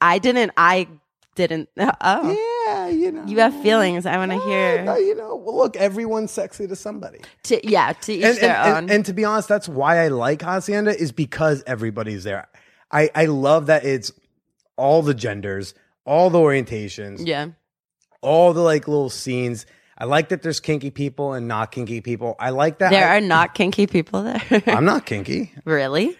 Speaker 3: I didn't. I didn't. <laughs> Oh,
Speaker 2: yeah, you know,
Speaker 3: you have feelings. I want to
Speaker 2: No,
Speaker 3: hear.
Speaker 2: you know, well, look, everyone's sexy to somebody.
Speaker 3: To, yeah, to each
Speaker 2: and,
Speaker 3: their
Speaker 2: and-
Speaker 3: own.
Speaker 2: and- and to be honest, that's why I like Hacienda is because everybody's there. I, I love that it's all the genders, all the orientations,
Speaker 3: yeah,
Speaker 2: all the like little scenes. I like that there's kinky people and not kinky people. I like that.
Speaker 3: there
Speaker 2: I,
Speaker 3: are not kinky people there.
Speaker 2: <laughs> I'm not kinky.
Speaker 3: <laughs> really?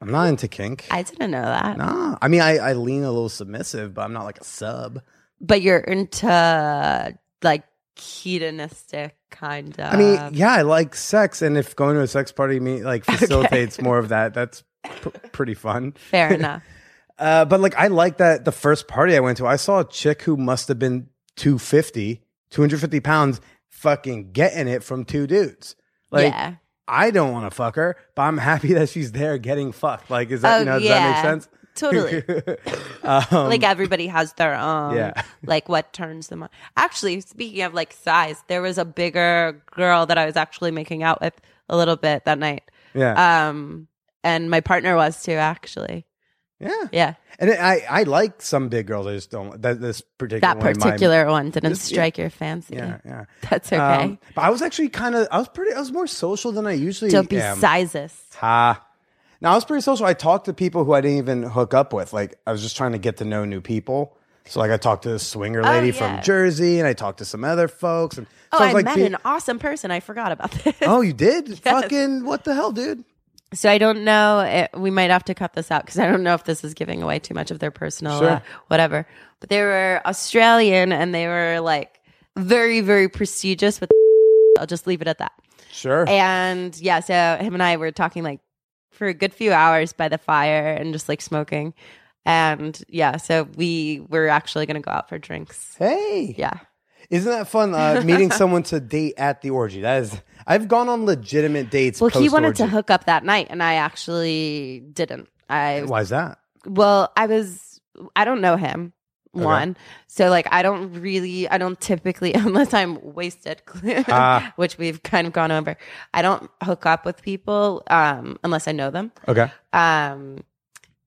Speaker 2: I'm not into kink.
Speaker 3: I didn't know that.
Speaker 2: nah. I mean, I, I lean a little submissive, but I'm not like a sub.
Speaker 3: But you're into like hedonistic kind of.
Speaker 2: I mean, yeah, I like sex, and if going to a sex party me
Speaker 3: <laughs>
Speaker 2: like facilitates more of that, that's pr- pretty fun.
Speaker 3: fair
Speaker 2: <laughs>
Speaker 3: enough.
Speaker 2: Uh, but like, I like that the first party I went to, I saw a chick who must have been 250, 250 pounds, fucking getting it from two dudes. Like,
Speaker 3: yeah.
Speaker 2: I don't want to fuck her, but I'm happy that she's there getting fucked. Like, is that,
Speaker 3: Oh,
Speaker 2: you know, does
Speaker 3: yeah.
Speaker 2: that
Speaker 3: Totally.
Speaker 2: make sense? <laughs> um,
Speaker 3: like everybody has their own
Speaker 2: Yeah.
Speaker 3: <laughs> like what turns them on actually speaking of like size there was a bigger girl that i was actually making out with a little bit that night
Speaker 2: yeah.
Speaker 3: um and my partner was too actually
Speaker 2: yeah.
Speaker 3: yeah
Speaker 2: And I, I like some big girls. I just don't, that, this particular
Speaker 3: that
Speaker 2: one of mine-
Speaker 3: particular one didn't
Speaker 2: Just- yeah.
Speaker 3: strike your fancy
Speaker 2: yeah. Yeah.
Speaker 3: that's okay
Speaker 2: Um, but I was actually kind of, I was pretty, I was more social than I usually
Speaker 3: don't be
Speaker 2: am.
Speaker 3: sizest
Speaker 2: Ha. Now I was pretty social. I talked to people who I didn't even hook up with. Like I was just trying to get to know new people. So like I talked to this swinger lady
Speaker 3: Oh, yeah.
Speaker 2: from Jersey, and I talked to some other folks. And
Speaker 3: oh
Speaker 2: so
Speaker 3: i,
Speaker 2: was like,
Speaker 3: met
Speaker 2: be-
Speaker 3: an awesome person i forgot about <laughs> this
Speaker 2: oh, you did? Fucking what the hell, dude?
Speaker 3: so i don't know it, we might have to cut this out because i don't know if this is giving away too much of their personal uh,
Speaker 2: Sure.
Speaker 3: whatever but they were australian and they were like very very prestigious with i'll just leave it at that
Speaker 2: Sure.
Speaker 3: and yeah so him and i were talking like for a good few hours by the fire and just like smoking and yeah so we were actually gonna go out for drinks
Speaker 2: hey,
Speaker 3: yeah
Speaker 2: isn't that fun?
Speaker 3: <laughs>
Speaker 2: Uh, meeting someone to date at the orgy. That is, I've gone on legitimate dates.
Speaker 3: well he wanted to
Speaker 2: post-orgy.
Speaker 3: hook up that night and i actually didn't i
Speaker 2: Why is that?
Speaker 3: Well, I was I don't know him. one. So like I don't really I don't typically <laughs> unless I'm wasted, <laughs>
Speaker 2: Ah.
Speaker 3: which we've kind of gone over. I don't hook up with people um unless I know them.
Speaker 2: Okay.
Speaker 3: Um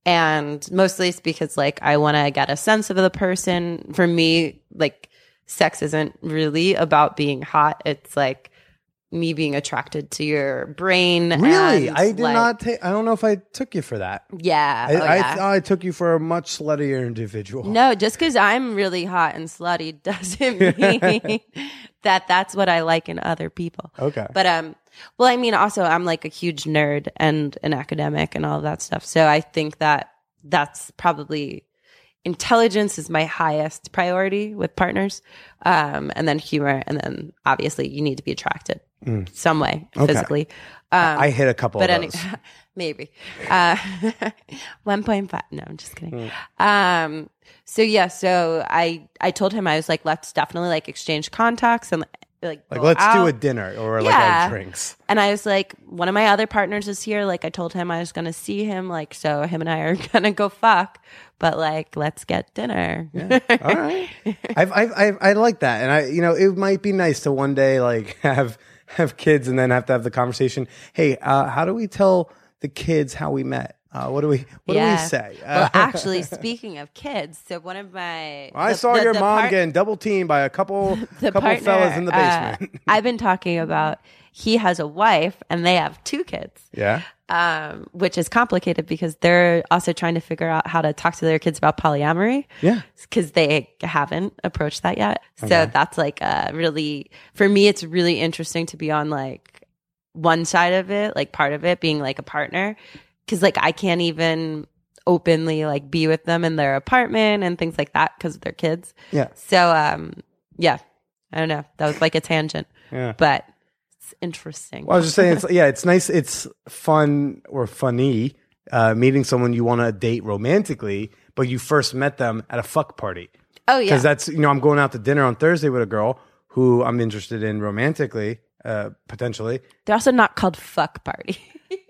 Speaker 3: and mostly it's because like I want to get a sense of the person. For me, like sex isn't really about being hot. It's like me being attracted to your brain.
Speaker 2: Really?
Speaker 3: and,
Speaker 2: I did
Speaker 3: like-
Speaker 2: not take. I don't know if I took you for that.
Speaker 3: Yeah.
Speaker 2: I,
Speaker 3: oh,
Speaker 2: I
Speaker 3: yeah.
Speaker 2: thought I took you for a much sluttier individual.
Speaker 3: No, just because I'm really hot and slutty <laughs> doesn't
Speaker 2: <laughs>
Speaker 3: mean that that's what I like in other people.
Speaker 2: Okay.
Speaker 3: But um, well, I mean, also I'm like a huge nerd and an academic and all of that stuff. So I think that that's probably intelligence is my highest priority with partners, um, and then humor, and then obviously you need to be attracted
Speaker 2: Mm.
Speaker 3: some way physically. Um,
Speaker 2: I hit a couple
Speaker 3: but
Speaker 2: of
Speaker 3: any, <laughs>
Speaker 2: those.
Speaker 3: maybe uh, <laughs> 1.5 no i'm just kidding
Speaker 2: Mm.
Speaker 3: um so yeah so i i told him i was like let's definitely like exchange contacts and like
Speaker 2: like,
Speaker 3: go
Speaker 2: let's do a
Speaker 3: out.
Speaker 2: dinner or
Speaker 3: Yeah.
Speaker 2: like a drinks.
Speaker 3: and i was like one of my other partners is here like i told him i was gonna see him like so him and i are <laughs> gonna go fuck but like let's get dinner <laughs>
Speaker 2: All right. I've, I've, I've, I like that. And I, you know, it might be nice to one day like <laughs> have, have kids and then have to have the conversation. Hey, uh, how do we tell the kids how we met? Uh, what do we, what do we say? Uh,
Speaker 3: <laughs> well,
Speaker 2: <laughs>
Speaker 3: actually, speaking of kids, so one of my
Speaker 2: I
Speaker 3: the-
Speaker 2: saw
Speaker 3: the-
Speaker 2: your
Speaker 3: the
Speaker 2: mom
Speaker 3: part-
Speaker 2: getting double teamed by a couple,
Speaker 3: <laughs> the
Speaker 2: couple
Speaker 3: partner,
Speaker 2: fellas in the
Speaker 3: uh,
Speaker 2: basement.
Speaker 3: <laughs> I've been talking about he has a wife and they have two kids,
Speaker 2: yeah.
Speaker 3: um, which is complicated because they're also trying to figure out how to talk to their kids about polyamory.
Speaker 2: Yeah.
Speaker 3: Because they haven't approached that yet. So that's like a really, for me, it's really interesting to be on like one side of it, like part of it being like a partner. Cause like I can't even openly like be with them in their apartment and things like that because of their kids.
Speaker 2: Yeah.
Speaker 3: So um yeah, I don't know. That was like a tangent,
Speaker 2: Yeah.
Speaker 3: but it's interesting.
Speaker 2: Well, I was just saying, it's, yeah, it's nice. It's fun or funny uh, meeting someone you want to date romantically, but you first met them at a fuck party.
Speaker 3: oh yeah,
Speaker 2: Because that's, you know, I'm going out to dinner on Thursday with a girl who I'm interested in romantically, uh, potentially,
Speaker 3: they're also not called fuck party.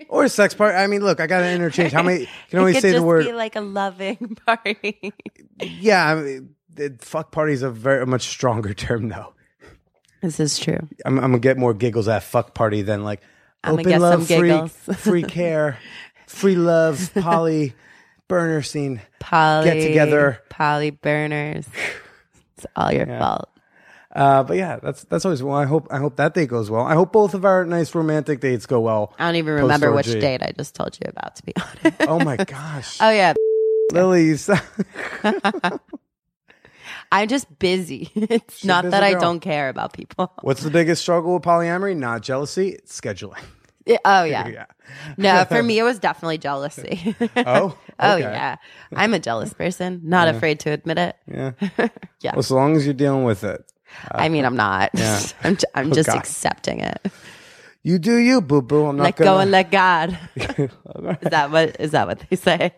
Speaker 2: or a sex party. I mean, look, I got to interchange. How
Speaker 3: <laughs>
Speaker 2: many you can
Speaker 3: it
Speaker 2: only
Speaker 3: could
Speaker 2: say
Speaker 3: just
Speaker 2: the word?
Speaker 3: be like a loving <laughs> party.
Speaker 2: yeah, I mean, it- fuck party is a very a much stronger <laughs> term, though.
Speaker 3: this is true.
Speaker 2: I'm, I'm gonna get more giggles at fuck party than like
Speaker 3: I'ma
Speaker 2: open
Speaker 3: get
Speaker 2: love,
Speaker 3: some giggles. <laughs>
Speaker 2: free, free care, free love,
Speaker 3: <laughs>
Speaker 2: poly, burner scene.
Speaker 3: Poly
Speaker 2: Get together.
Speaker 3: Poly burners. It's all your fault.
Speaker 2: Uh, but yeah, that's that's always well. I hope I hope that day goes well. I hope both of our nice romantic dates go
Speaker 3: <laughs>
Speaker 2: well.
Speaker 3: I don't even remember which
Speaker 2: Post-orgy.
Speaker 3: date I just told you about. To be <laughs> honest.
Speaker 2: Oh my gosh,
Speaker 3: oh yeah,
Speaker 2: Lily, you <laughs> sound-
Speaker 3: I'm just busy. <laughs> It's
Speaker 2: a
Speaker 3: not
Speaker 2: busy
Speaker 3: that I
Speaker 2: girl.
Speaker 3: don't care about people.
Speaker 2: what's the biggest struggle with polyamory? Not jealousy, it's scheduling.
Speaker 3: <laughs>
Speaker 2: <laughs>
Speaker 3: Yeah, Oh yeah.
Speaker 2: Yeah.
Speaker 3: No, for me it was definitely jealousy. <laughs>
Speaker 2: Oh.
Speaker 3: Oh
Speaker 2: okay.
Speaker 3: yeah, I'm a jealous person. Not afraid to admit it. <laughs>
Speaker 2: Yeah.
Speaker 3: Yeah.
Speaker 2: Well, as long as you're dealing with it,
Speaker 3: I mean, I'm not. <laughs> I'm j- I'm just
Speaker 2: Oh, God.
Speaker 3: accepting it.
Speaker 2: you do you, boo boo. I'm not
Speaker 3: Let
Speaker 2: gonna.
Speaker 3: go and
Speaker 2: <laughs>
Speaker 3: let God. is <laughs> that what is that what they say?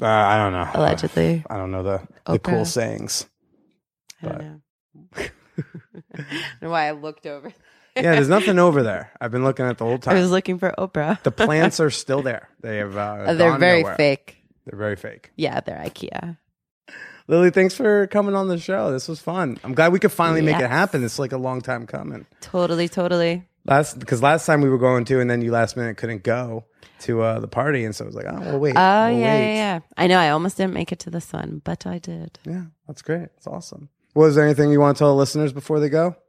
Speaker 2: uh, I don't know.
Speaker 3: Allegedly,
Speaker 2: I don't know the the cool
Speaker 3: Oprah.
Speaker 2: sayings.
Speaker 3: I
Speaker 2: <laughs>
Speaker 3: don't know. <laughs> I don't know why I looked over.
Speaker 2: Yeah, there's nothing over there. I've been looking at the whole
Speaker 3: <laughs> I
Speaker 2: time.
Speaker 3: was looking for Oprah. Oh,
Speaker 2: the
Speaker 3: <laughs>
Speaker 2: plants are still there. They have. Uh,
Speaker 3: They're
Speaker 2: gone
Speaker 3: very
Speaker 2: nowhere.
Speaker 3: fake.
Speaker 2: They're very fake.
Speaker 3: Yeah, they're IKEA.
Speaker 2: Lily, thanks for coming on the show. This was fun. I'm glad we could finally make it
Speaker 3: Yes.
Speaker 2: happen. It's like a long time coming.
Speaker 3: Totally, totally.
Speaker 2: Last because last time we were going to, and then you last minute couldn't go to uh, the party, and so I was like, oh, well, wait.
Speaker 3: Oh yeah,
Speaker 2: we'll
Speaker 3: yeah,
Speaker 2: wait.
Speaker 3: yeah. I know. I almost didn't make it to this one, but I did.
Speaker 2: Yeah, that's great. It's awesome. Was there anything you want to tell the listeners before they go? <laughs>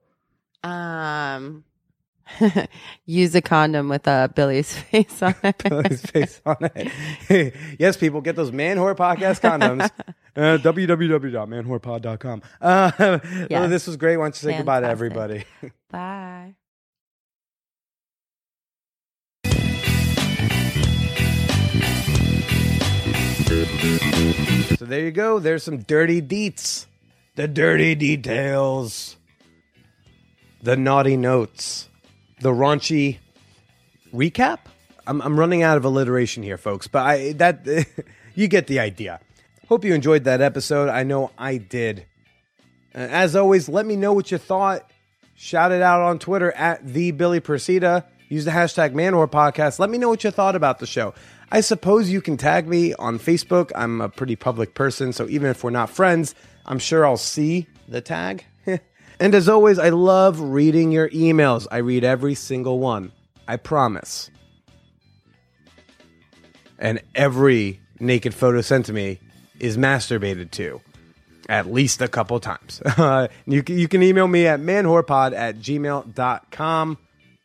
Speaker 3: Um, <laughs> use a condom with uh, Billy's <laughs>
Speaker 2: <laughs>
Speaker 3: face on it.
Speaker 2: His face on it. <laughs> yes, people, get those man whore podcast
Speaker 3: <laughs>
Speaker 2: condoms. Uh, www.manwhorepod.com. Uh, <laughs> Lily, this was great. Why don't you say goodbye to
Speaker 3: Fantastic.
Speaker 2: everybody? <laughs>
Speaker 3: Bye.
Speaker 2: So there you go. There's some dirty deets. The dirty details. The naughty notes. The raunchy recap. I'm, I'm running out of alliteration here, folks, but I that <laughs> you get the idea. Hope you enjoyed that episode. I know I did. Uh, As always, let me know what you thought. Shout it out on Twitter at the Billy Persida. Use the hashtag Man Whore Podcast. Let me know what you thought about the show. I suppose you can tag me on Facebook. I'm a pretty public person, so even if we're not friends, I'm sure I'll see the tag. <laughs> and as always, I love reading your emails. I read every single one. I promise. And every naked photo sent to me is masturbated to at least a couple times. <laughs> Uh, you, can- you can email me at manhorpod at gmail.com.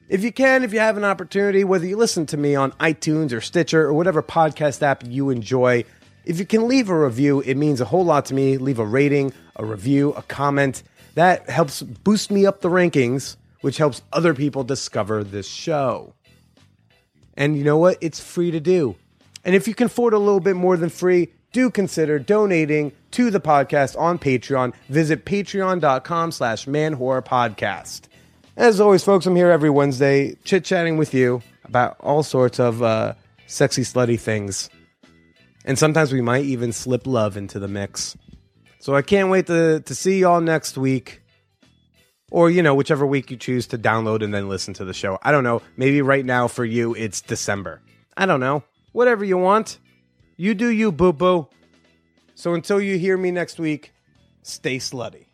Speaker 2: If you can, if you have an opportunity, whether you listen to me on iTunes or Stitcher or whatever podcast app you enjoy, if you can leave a review, it means a whole lot to me. Leave a rating, a review, a comment. That helps boost me up the rankings, which helps other people discover this show. And you know what? It's free to do. And if you can afford a little bit more than free, do consider donating to the podcast on Patreon. Visit patreon.com slash manhorrorpodcast. As always, folks, I'm here every Wednesday chit-chatting with you about all sorts of uh, sexy, slutty things. And sometimes we might even slip love into the mix. So I can't wait to, to see y'all next week or you know whichever week you choose to download and then listen to the show i don't know maybe right now for you it's december i don't know whatever you want you do you boo boo so until you hear me next week stay slutty